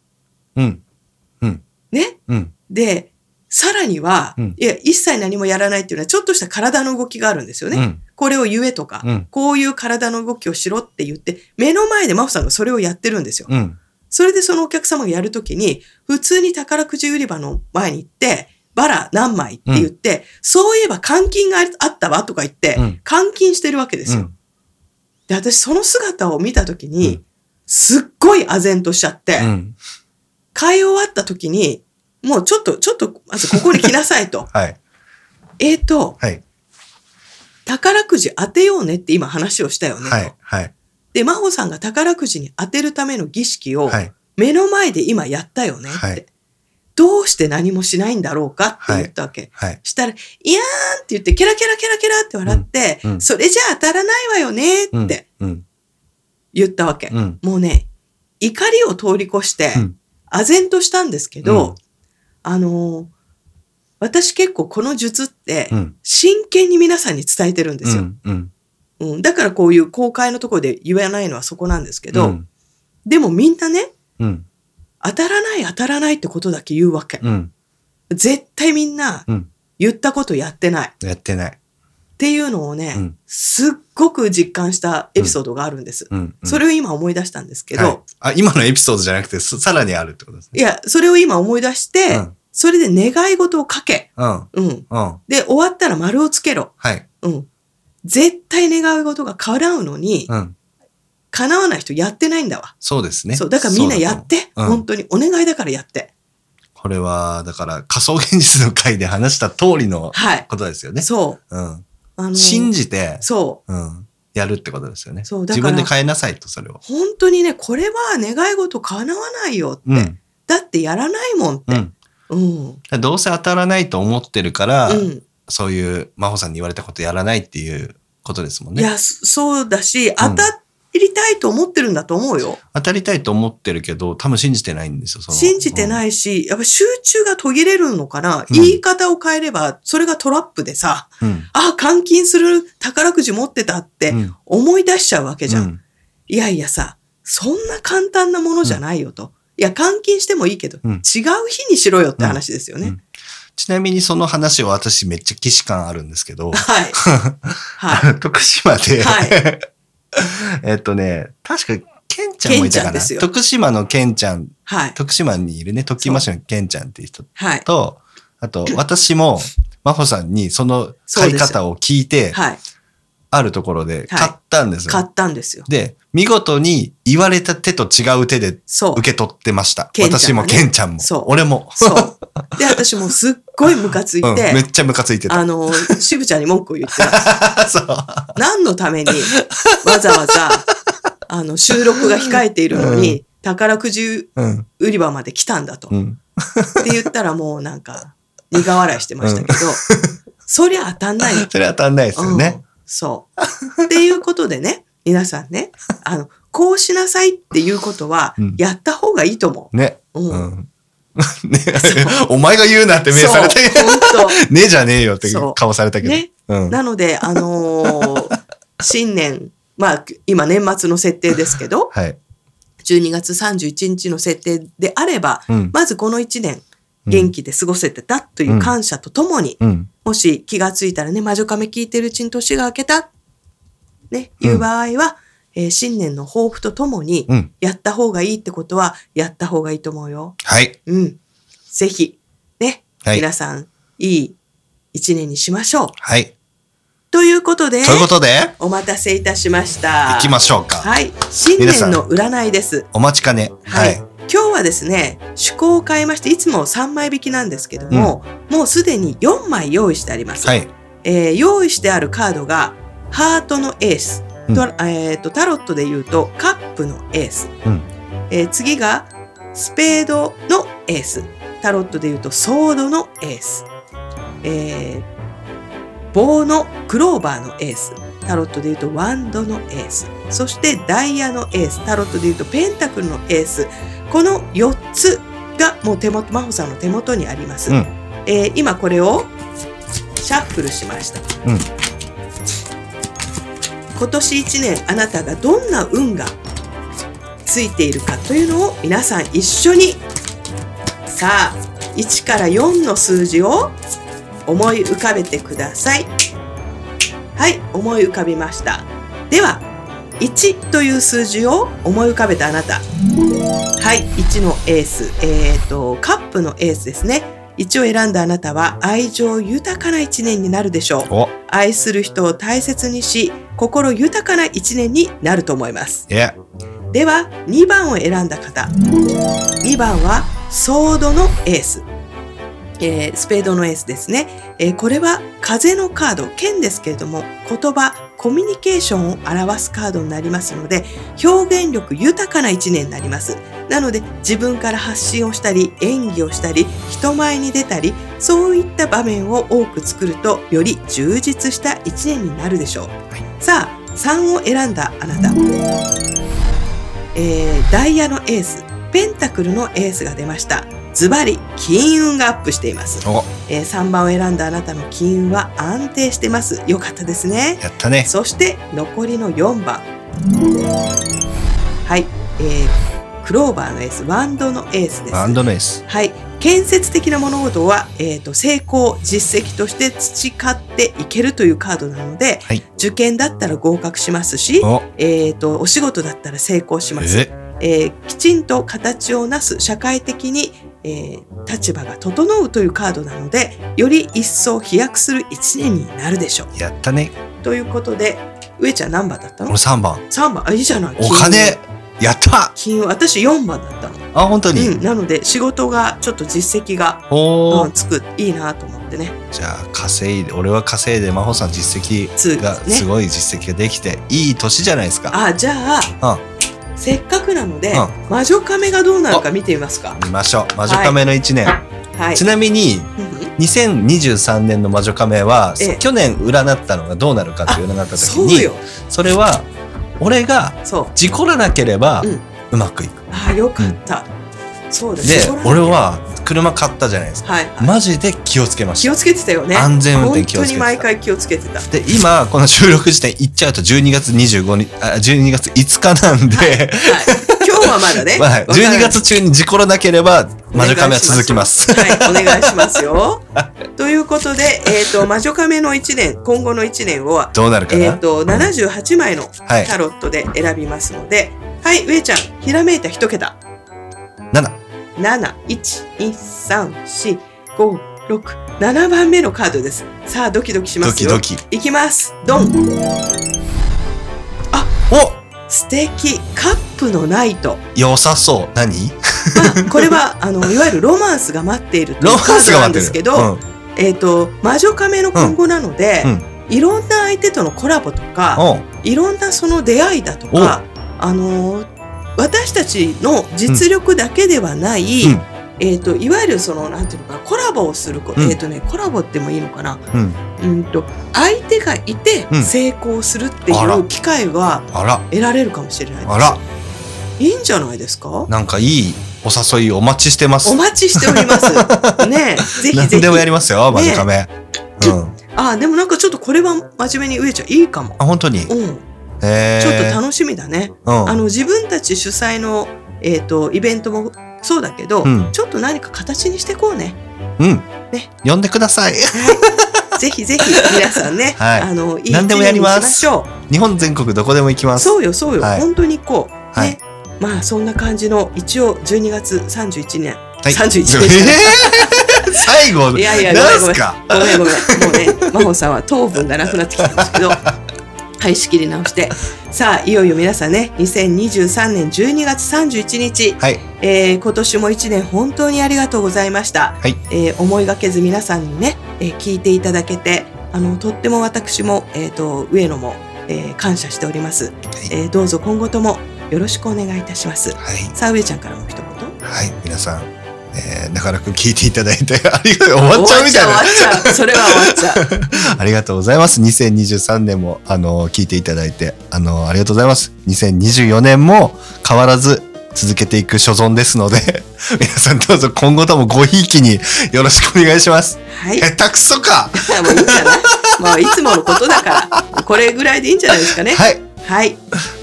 Speaker 2: うん。
Speaker 1: ね。
Speaker 2: うん。
Speaker 1: で、さらには、
Speaker 2: うん
Speaker 1: いや、一切何もやらないっていうのは、ちょっとした体の動きがあるんですよ
Speaker 2: う
Speaker 1: ね。
Speaker 2: ん。
Speaker 1: これを言えとか、
Speaker 2: うん
Speaker 1: こういう体の動きをしろって言って、目の前で真帆さんがそれをやってるんですよ。
Speaker 2: うん。
Speaker 1: それでそのお客様がやるときに、普通に宝くじ売り場の前に行って、バラ何枚って言って、そういえば換金があったわとか言って、
Speaker 2: うん
Speaker 1: 換金してるわけですよ。で、私その姿を見たときに、すっごい唖然としちゃって、
Speaker 2: うん。。
Speaker 1: 買い終わった時に、もうちょっと、ちょっと、まずここに来なさいと
Speaker 2: はい。
Speaker 1: えっと、
Speaker 2: はい。
Speaker 1: 宝くじ当てようねって今話をしたよねと。
Speaker 2: はい。はい。
Speaker 1: で、真帆さんが宝くじに当てるための儀式を、
Speaker 2: はい。
Speaker 1: 目の前で今やったよねって、
Speaker 2: はい
Speaker 1: どうして何もしないんだろうかって言ったわけ。
Speaker 2: はい。
Speaker 1: したら、いやーんって言って、ケラケラケラケラって笑って、
Speaker 2: うんうん
Speaker 1: それじゃ当たらないわよね
Speaker 2: うん
Speaker 1: って。
Speaker 2: うん。
Speaker 1: 言ったわけ。
Speaker 2: うん。
Speaker 1: もうね、怒りを通り越して
Speaker 2: うん、
Speaker 1: 唖然としたんですけど、
Speaker 2: うん
Speaker 1: あのー私結構この術って
Speaker 2: う、ん。
Speaker 1: 真剣に皆さんに伝えてるんで
Speaker 2: う
Speaker 1: すよ、
Speaker 2: ん。うん。
Speaker 1: うんだからこういう公開のところで言えないのはそこなんですけど、
Speaker 2: うん。
Speaker 1: でもみんなね、
Speaker 2: うん。
Speaker 1: 当たらない当たらないってことだけ言うわけ。
Speaker 2: うん。
Speaker 1: 絶対みんな
Speaker 2: うん。
Speaker 1: 言ったことやってない。
Speaker 2: やってない。
Speaker 1: っていうのをね、
Speaker 2: うん
Speaker 1: すっごく実感したエピソードがあるんです。
Speaker 2: うん。うん
Speaker 1: それを今思い出したんですけど、
Speaker 2: はいあ、今のエピソードじゃなくて、そさらにあるってことです
Speaker 1: い、
Speaker 2: ね。
Speaker 1: や、それを今思い出して、
Speaker 2: うん
Speaker 1: それで願い事を書け。
Speaker 2: うん。
Speaker 1: うん。
Speaker 2: うん。
Speaker 1: で、終わったら丸をつけろ。
Speaker 2: はい。
Speaker 1: うん。絶対願い事が叶うのに、
Speaker 2: うん。
Speaker 1: 叶わない人やってないんだわ。
Speaker 2: そうですね。
Speaker 1: そう。だからみんな
Speaker 2: そうだ
Speaker 1: や
Speaker 2: と思う
Speaker 1: って。
Speaker 2: うん
Speaker 1: 本当に。お願いだからやって。
Speaker 2: これは、だから仮想現実の回で話した通りの
Speaker 1: はい。
Speaker 2: ことですよね。。
Speaker 1: そう
Speaker 2: ん。
Speaker 1: う。あの
Speaker 2: 信じて、
Speaker 1: そう。
Speaker 2: うん。やるってことですよね。
Speaker 1: そうだ
Speaker 2: 自
Speaker 1: から
Speaker 2: 分で変えなさいと、それを。
Speaker 1: 本当にね、これは願い事叶わないよって。
Speaker 2: うん。
Speaker 1: だってやらないもんって。
Speaker 2: うん。
Speaker 1: うん。
Speaker 2: どうせ当たらないと思ってるから、
Speaker 1: うん。
Speaker 2: そういう真帆さんに言われたことやらないっていうことですもん
Speaker 1: い
Speaker 2: ね。
Speaker 1: や、そそうだし、当たりたいと思ってるんだと思うよ。
Speaker 2: 当たりたいと思ってるけど、多分信じてないんですよ。その
Speaker 1: 信じて
Speaker 2: い。
Speaker 1: ないし、やっぱ集中が途切れるのかな、
Speaker 2: うん
Speaker 1: 言い方を変えれば、それがトラップでさ、
Speaker 2: うん。うん
Speaker 1: あ、監禁する宝くじ持ってたって
Speaker 2: うん
Speaker 1: 思い出しちゃうわけじゃん。
Speaker 2: うん
Speaker 1: いやいやさ、そんな簡単なものじゃないよと。いや、監禁してもいいけど、
Speaker 2: うん
Speaker 1: 違う日にしろよって話ですよね。
Speaker 2: うんちなみにその話は私めっちゃ既視感あるんで
Speaker 1: (laughs)
Speaker 2: すけど、 (laughs)
Speaker 1: はい。はい。
Speaker 2: 徳島で、
Speaker 1: は
Speaker 2: (laughs) えっとね、確かケンちゃんも
Speaker 1: ケン
Speaker 2: いた
Speaker 1: ちゃ
Speaker 2: か
Speaker 1: んで
Speaker 2: な
Speaker 1: すよ
Speaker 2: 徳島のケンちゃん、
Speaker 1: はい。
Speaker 2: 徳島にいるね、時島市のケンちゃんっていう人
Speaker 1: はい。
Speaker 2: と、あと私も真帆さんにその買い方を聞いて、
Speaker 1: はい。
Speaker 2: あるところで買ったんですよ。
Speaker 1: 買ったんですよ。
Speaker 2: で、見事に言われた手と違う手で
Speaker 1: そう
Speaker 2: 受。け取ってました。
Speaker 1: ケンちゃんが
Speaker 2: 私
Speaker 1: ね
Speaker 2: もケンちゃんも。
Speaker 1: そう
Speaker 2: 俺も。
Speaker 1: そう。で、私もすっごいムカついて、
Speaker 2: うん、めっちゃムカついてた。
Speaker 1: あの、しぶちゃんに文句を言ってま
Speaker 2: (laughs)
Speaker 1: し
Speaker 2: そう。
Speaker 1: た。何のためにわざわざ、あの、収録が控えているのに、宝くじ
Speaker 2: うん。
Speaker 1: 売り場まで来たんだと。
Speaker 2: う
Speaker 1: っ
Speaker 2: ん。
Speaker 1: て言ったらもうなんか、苦笑いしてましたけど、そりゃ当たんないよ。
Speaker 2: それ当たんないですよ
Speaker 1: う
Speaker 2: ね
Speaker 1: ん。そう。 (laughs) っていうことでね、皆さんね、あの、こうしなさいっていうことは
Speaker 2: うん、
Speaker 1: やった方がいいと思
Speaker 2: ね。
Speaker 1: う。うん。
Speaker 2: うん。ね、 (laughs) お前が言うなって目されたけ
Speaker 1: そう、本
Speaker 2: ど。ねじゃねえよって
Speaker 1: そう
Speaker 2: 顔された
Speaker 1: 当。
Speaker 2: けど。
Speaker 1: ね。
Speaker 2: うん。
Speaker 1: なので、あのー新年、まあ、今年末の設定ですけど、
Speaker 2: はい。
Speaker 1: 12月31日の設定であれば、
Speaker 2: うん
Speaker 1: まずこの1年、
Speaker 2: うん
Speaker 1: 元気で過ごせてたという感謝とともに、
Speaker 2: うん。
Speaker 1: もし気がついたらね、魔女亀聞いてるうちに年が明けた、ね、
Speaker 2: うん
Speaker 1: いう場合は、えー新年の抱負とともに、
Speaker 2: うん。
Speaker 1: やった方がいいってことは、やった方がいいと思うよ。
Speaker 2: はい。
Speaker 1: うん。ぜひ、ね、
Speaker 2: はい
Speaker 1: 皆さん、いい一年にしましょう。
Speaker 2: はい。
Speaker 1: ということで、
Speaker 2: ということで、
Speaker 1: お待たせいたしました。
Speaker 2: 行きましょうか。
Speaker 1: はい。新年の占いです。
Speaker 2: お待ちかね。
Speaker 1: は。
Speaker 2: はいい。
Speaker 1: 今日はですね、趣向を変えまして、いつも3枚引きなんですけども、もうすでに4枚用意してあります。
Speaker 2: はい。
Speaker 1: えー用意してあるカードが、ハートのエース。
Speaker 2: うん
Speaker 1: とえーとタロットで言うと、カップのエース。
Speaker 2: うん
Speaker 1: えー次が、スペードのエース。タロットで言うと、ソードのエース。えー棒のクローバーのエースタロットでいうとワンドのエースそしてダイヤのエースタロットでいうとペンタクルのエースこの4つがもう手元真帆さんの手元にあります、
Speaker 2: うん
Speaker 1: えー今これをシャッフルしました、
Speaker 2: うん
Speaker 1: 今年1年あなたがどんな運がついているかというのを皆さん一緒にさあ1から4の数字を思い浮かべてくださいはい思い浮かびましたでは1という数字を思い浮かべたあなたはい1のエースえー、とカップのエースですね1を選んだあなたは愛情豊かな1年になるでしょう
Speaker 2: お、
Speaker 1: 愛する人を大切にし心豊かな1年になると思います
Speaker 2: え、
Speaker 1: では2番を選んだ方2番はソードのエース、ええースペードのエースですね、えーこれは風のカード剣ですけれども言葉コミュニケーションを表すカードになりますので表現力豊かな1年になりますなので自分から発信をしたり演技をしたり人前に出たりそういった場面を多く作るとより充実した1年になるでしょう、さあ3を選んだあなた、えーダイヤのエースペンタクルのエースが出ましたズバリ金運がアップしています、
Speaker 2: お
Speaker 1: えー3番を選んだあなたの金運は安定してますよかったですね
Speaker 2: やったね
Speaker 1: そして残りの4番はい、えークローバーのエースワンドのエースです
Speaker 2: バンドレース
Speaker 1: はい、建設的な物事は、えー、と成功実績として培っていけるというカードなので、
Speaker 2: はい
Speaker 1: 受験だったら合格しますし、
Speaker 2: お
Speaker 1: えー、とお仕事だったら成功します、
Speaker 2: え
Speaker 1: えーきちんと形をなす社会的に、えー立場が整うというカードなのでより一層飛躍する1年になるでしょう。
Speaker 2: やったね
Speaker 1: ということで上ちゃん何番だったの
Speaker 2: 俺3番
Speaker 1: ?3 番あいいじゃない
Speaker 2: お金やった
Speaker 1: 金運私4番だったの、
Speaker 2: あ本当に、
Speaker 1: うん、なので仕事がちょっと実績が
Speaker 2: おお、
Speaker 1: うん、つくいいなと思ってね。
Speaker 2: じゃあ稼いで俺は稼いで真帆さん実績
Speaker 1: つ
Speaker 2: が
Speaker 1: ね
Speaker 2: す。ごい実績ができていい年じゃないですか
Speaker 1: あじゃあ、せっかくなので、
Speaker 2: う
Speaker 1: 魔女亀がどうなるか見てみますか。
Speaker 2: 見ましょう魔女亀の1年、
Speaker 1: はい
Speaker 2: ち。なみに
Speaker 1: うん
Speaker 2: 2023年の魔女亀は、
Speaker 1: ええ
Speaker 2: 去年占ったのがどうなるかって占った時
Speaker 1: そう
Speaker 2: に
Speaker 1: よ。
Speaker 2: それは俺が
Speaker 1: そう。
Speaker 2: 事故らなければ
Speaker 1: うん
Speaker 2: うまくいく、
Speaker 1: あよかった。そうです。
Speaker 2: で
Speaker 1: そらね
Speaker 2: 俺。は車買ったじゃないですか
Speaker 1: はい、はい
Speaker 2: マジで気をつけまし
Speaker 1: 気
Speaker 2: た
Speaker 1: をつけてたよね。
Speaker 2: 安全運転
Speaker 1: 本
Speaker 2: 気を
Speaker 1: 当
Speaker 2: つけ
Speaker 1: に
Speaker 2: て
Speaker 1: 毎
Speaker 2: た
Speaker 1: 回気をつけてた。
Speaker 2: で今この収録時点行っちゃうと12月25日あ12月5日なんで、
Speaker 1: はい。今日はまだね。
Speaker 2: (laughs) まあ、
Speaker 1: わからない
Speaker 2: 12月中に事故らなければ魔女亀は続きます。
Speaker 1: はい、お願いします
Speaker 2: (laughs)
Speaker 1: よ。ということで、えっ、と、魔女亀の一年、今後の一年を、
Speaker 2: どうなるかな、
Speaker 1: えっ、と、78枚の
Speaker 2: はい
Speaker 1: タロットで選びますので、はい、上ちゃん、ひらめいた一桁。
Speaker 2: 7
Speaker 1: 7、1、2、3、4、5、6、7番目のカードです。さあ、ドキドキしま
Speaker 2: ド
Speaker 1: す
Speaker 2: キ
Speaker 1: よ。
Speaker 2: ドキ
Speaker 1: いきます。ドン。
Speaker 2: お
Speaker 1: 素敵。カップのナイト。
Speaker 2: 良さそう
Speaker 1: (laughs)
Speaker 2: 何
Speaker 1: まあ、これは、あの、いわゆるロマンスが待っていると
Speaker 2: ロ
Speaker 1: いう
Speaker 2: マン
Speaker 1: カー
Speaker 2: ス
Speaker 1: ド
Speaker 2: が
Speaker 1: なん
Speaker 2: 待
Speaker 1: です
Speaker 2: って
Speaker 1: け
Speaker 2: る、
Speaker 1: ど、
Speaker 2: うん、
Speaker 1: えっ、と、魔女亀の今後なので、
Speaker 2: うんう
Speaker 1: いろんな相手とのコラボとか、
Speaker 2: お
Speaker 1: いろんなその出会いだとか、あのー私たちの実力だけではない、
Speaker 2: うんうん
Speaker 1: えっ、といわゆるそのなんていうのかなコラボをすること、
Speaker 2: うん
Speaker 1: えっ、とねコラボってもいいのかな、
Speaker 2: うん、
Speaker 1: うんと相手がいて
Speaker 2: うん
Speaker 1: 成功するってい
Speaker 2: あら
Speaker 1: う機会が
Speaker 2: あら
Speaker 1: 得られるかもしれないです。
Speaker 2: あら
Speaker 1: いいんじゃないですか。
Speaker 2: なんかいいお誘いお待ちしてます
Speaker 1: お待ちしております。
Speaker 2: (laughs)
Speaker 1: ねえ、ぜひぜ
Speaker 2: 何
Speaker 1: ひ。
Speaker 2: でもやりますよ魔
Speaker 1: ね
Speaker 2: 女亀、うん
Speaker 1: あ、でもなんかちょっとこれは真面目に上ちゃんいいかも。
Speaker 2: あ本当に、
Speaker 1: うん、
Speaker 2: えー、
Speaker 1: ちょっと楽しみだね。
Speaker 2: うん
Speaker 1: あの自分たち主催の、えー、とイベントもそうだけど、
Speaker 2: うん
Speaker 1: ちょっと何か形にしてこうね。 (laughs)
Speaker 2: うん、
Speaker 1: ね
Speaker 2: 呼んでください
Speaker 1: ぜひぜひ皆さんね、
Speaker 2: (laughs) はい
Speaker 1: あのいい
Speaker 2: 何でもやりま
Speaker 1: 一
Speaker 2: す
Speaker 1: 年にしましょ
Speaker 2: 日本全国どこでも行きま
Speaker 1: う。
Speaker 2: す
Speaker 1: そうよそうよ、
Speaker 2: はい
Speaker 1: 本当に行こう。
Speaker 2: はい
Speaker 1: ね。まあそんな感じの一応12月31年、
Speaker 2: (laughs) はい
Speaker 1: 31年
Speaker 2: えー最後
Speaker 1: いやいや
Speaker 2: なんすか
Speaker 1: ごめんごめんもうね真帆さんは糖分がなくなってきたんです
Speaker 2: (laughs)
Speaker 1: けど。はい仕切り直してさあいよいよ皆さんね2023年12月31日
Speaker 2: はい
Speaker 1: えー今年も一年本当にありがとうございました、
Speaker 2: はい
Speaker 1: えー思いがけず皆さんにね、えー聞いていただけてあのとっても私も、えー、と上野も、えー感謝しております、えーどうぞ今後ともよろしくお願いいたします
Speaker 2: はい
Speaker 1: さあ上ちゃんからも一言
Speaker 2: はい、皆さん、えー、長らく聞いていただいてありがとう、終わっちゃうみたいな。
Speaker 1: 終わっちゃう終わっちゃうそれは終わ
Speaker 2: (laughs)
Speaker 1: っちゃう
Speaker 2: ありがとうございます。2023年も、あの、聞いていただいて、あの、ありがとうございます。2024年も変わらず続けていく所存ですので、 (laughs) 皆さんどうぞ今後ともごひいきによろしくお願いします。
Speaker 1: はい
Speaker 2: 下手くそか
Speaker 1: もういいんじゃないまあいつものことだからこれぐらいでいいんじゃないですかね
Speaker 2: はい、
Speaker 1: はい、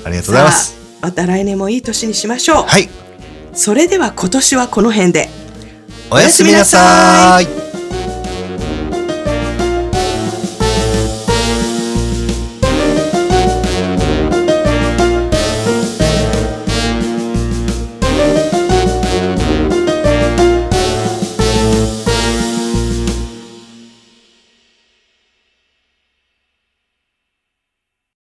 Speaker 2: ありがとうございます。
Speaker 1: また来年もいい年にしましょう
Speaker 2: はい、
Speaker 1: それでは今年はこの辺で
Speaker 2: おやすみなさーい。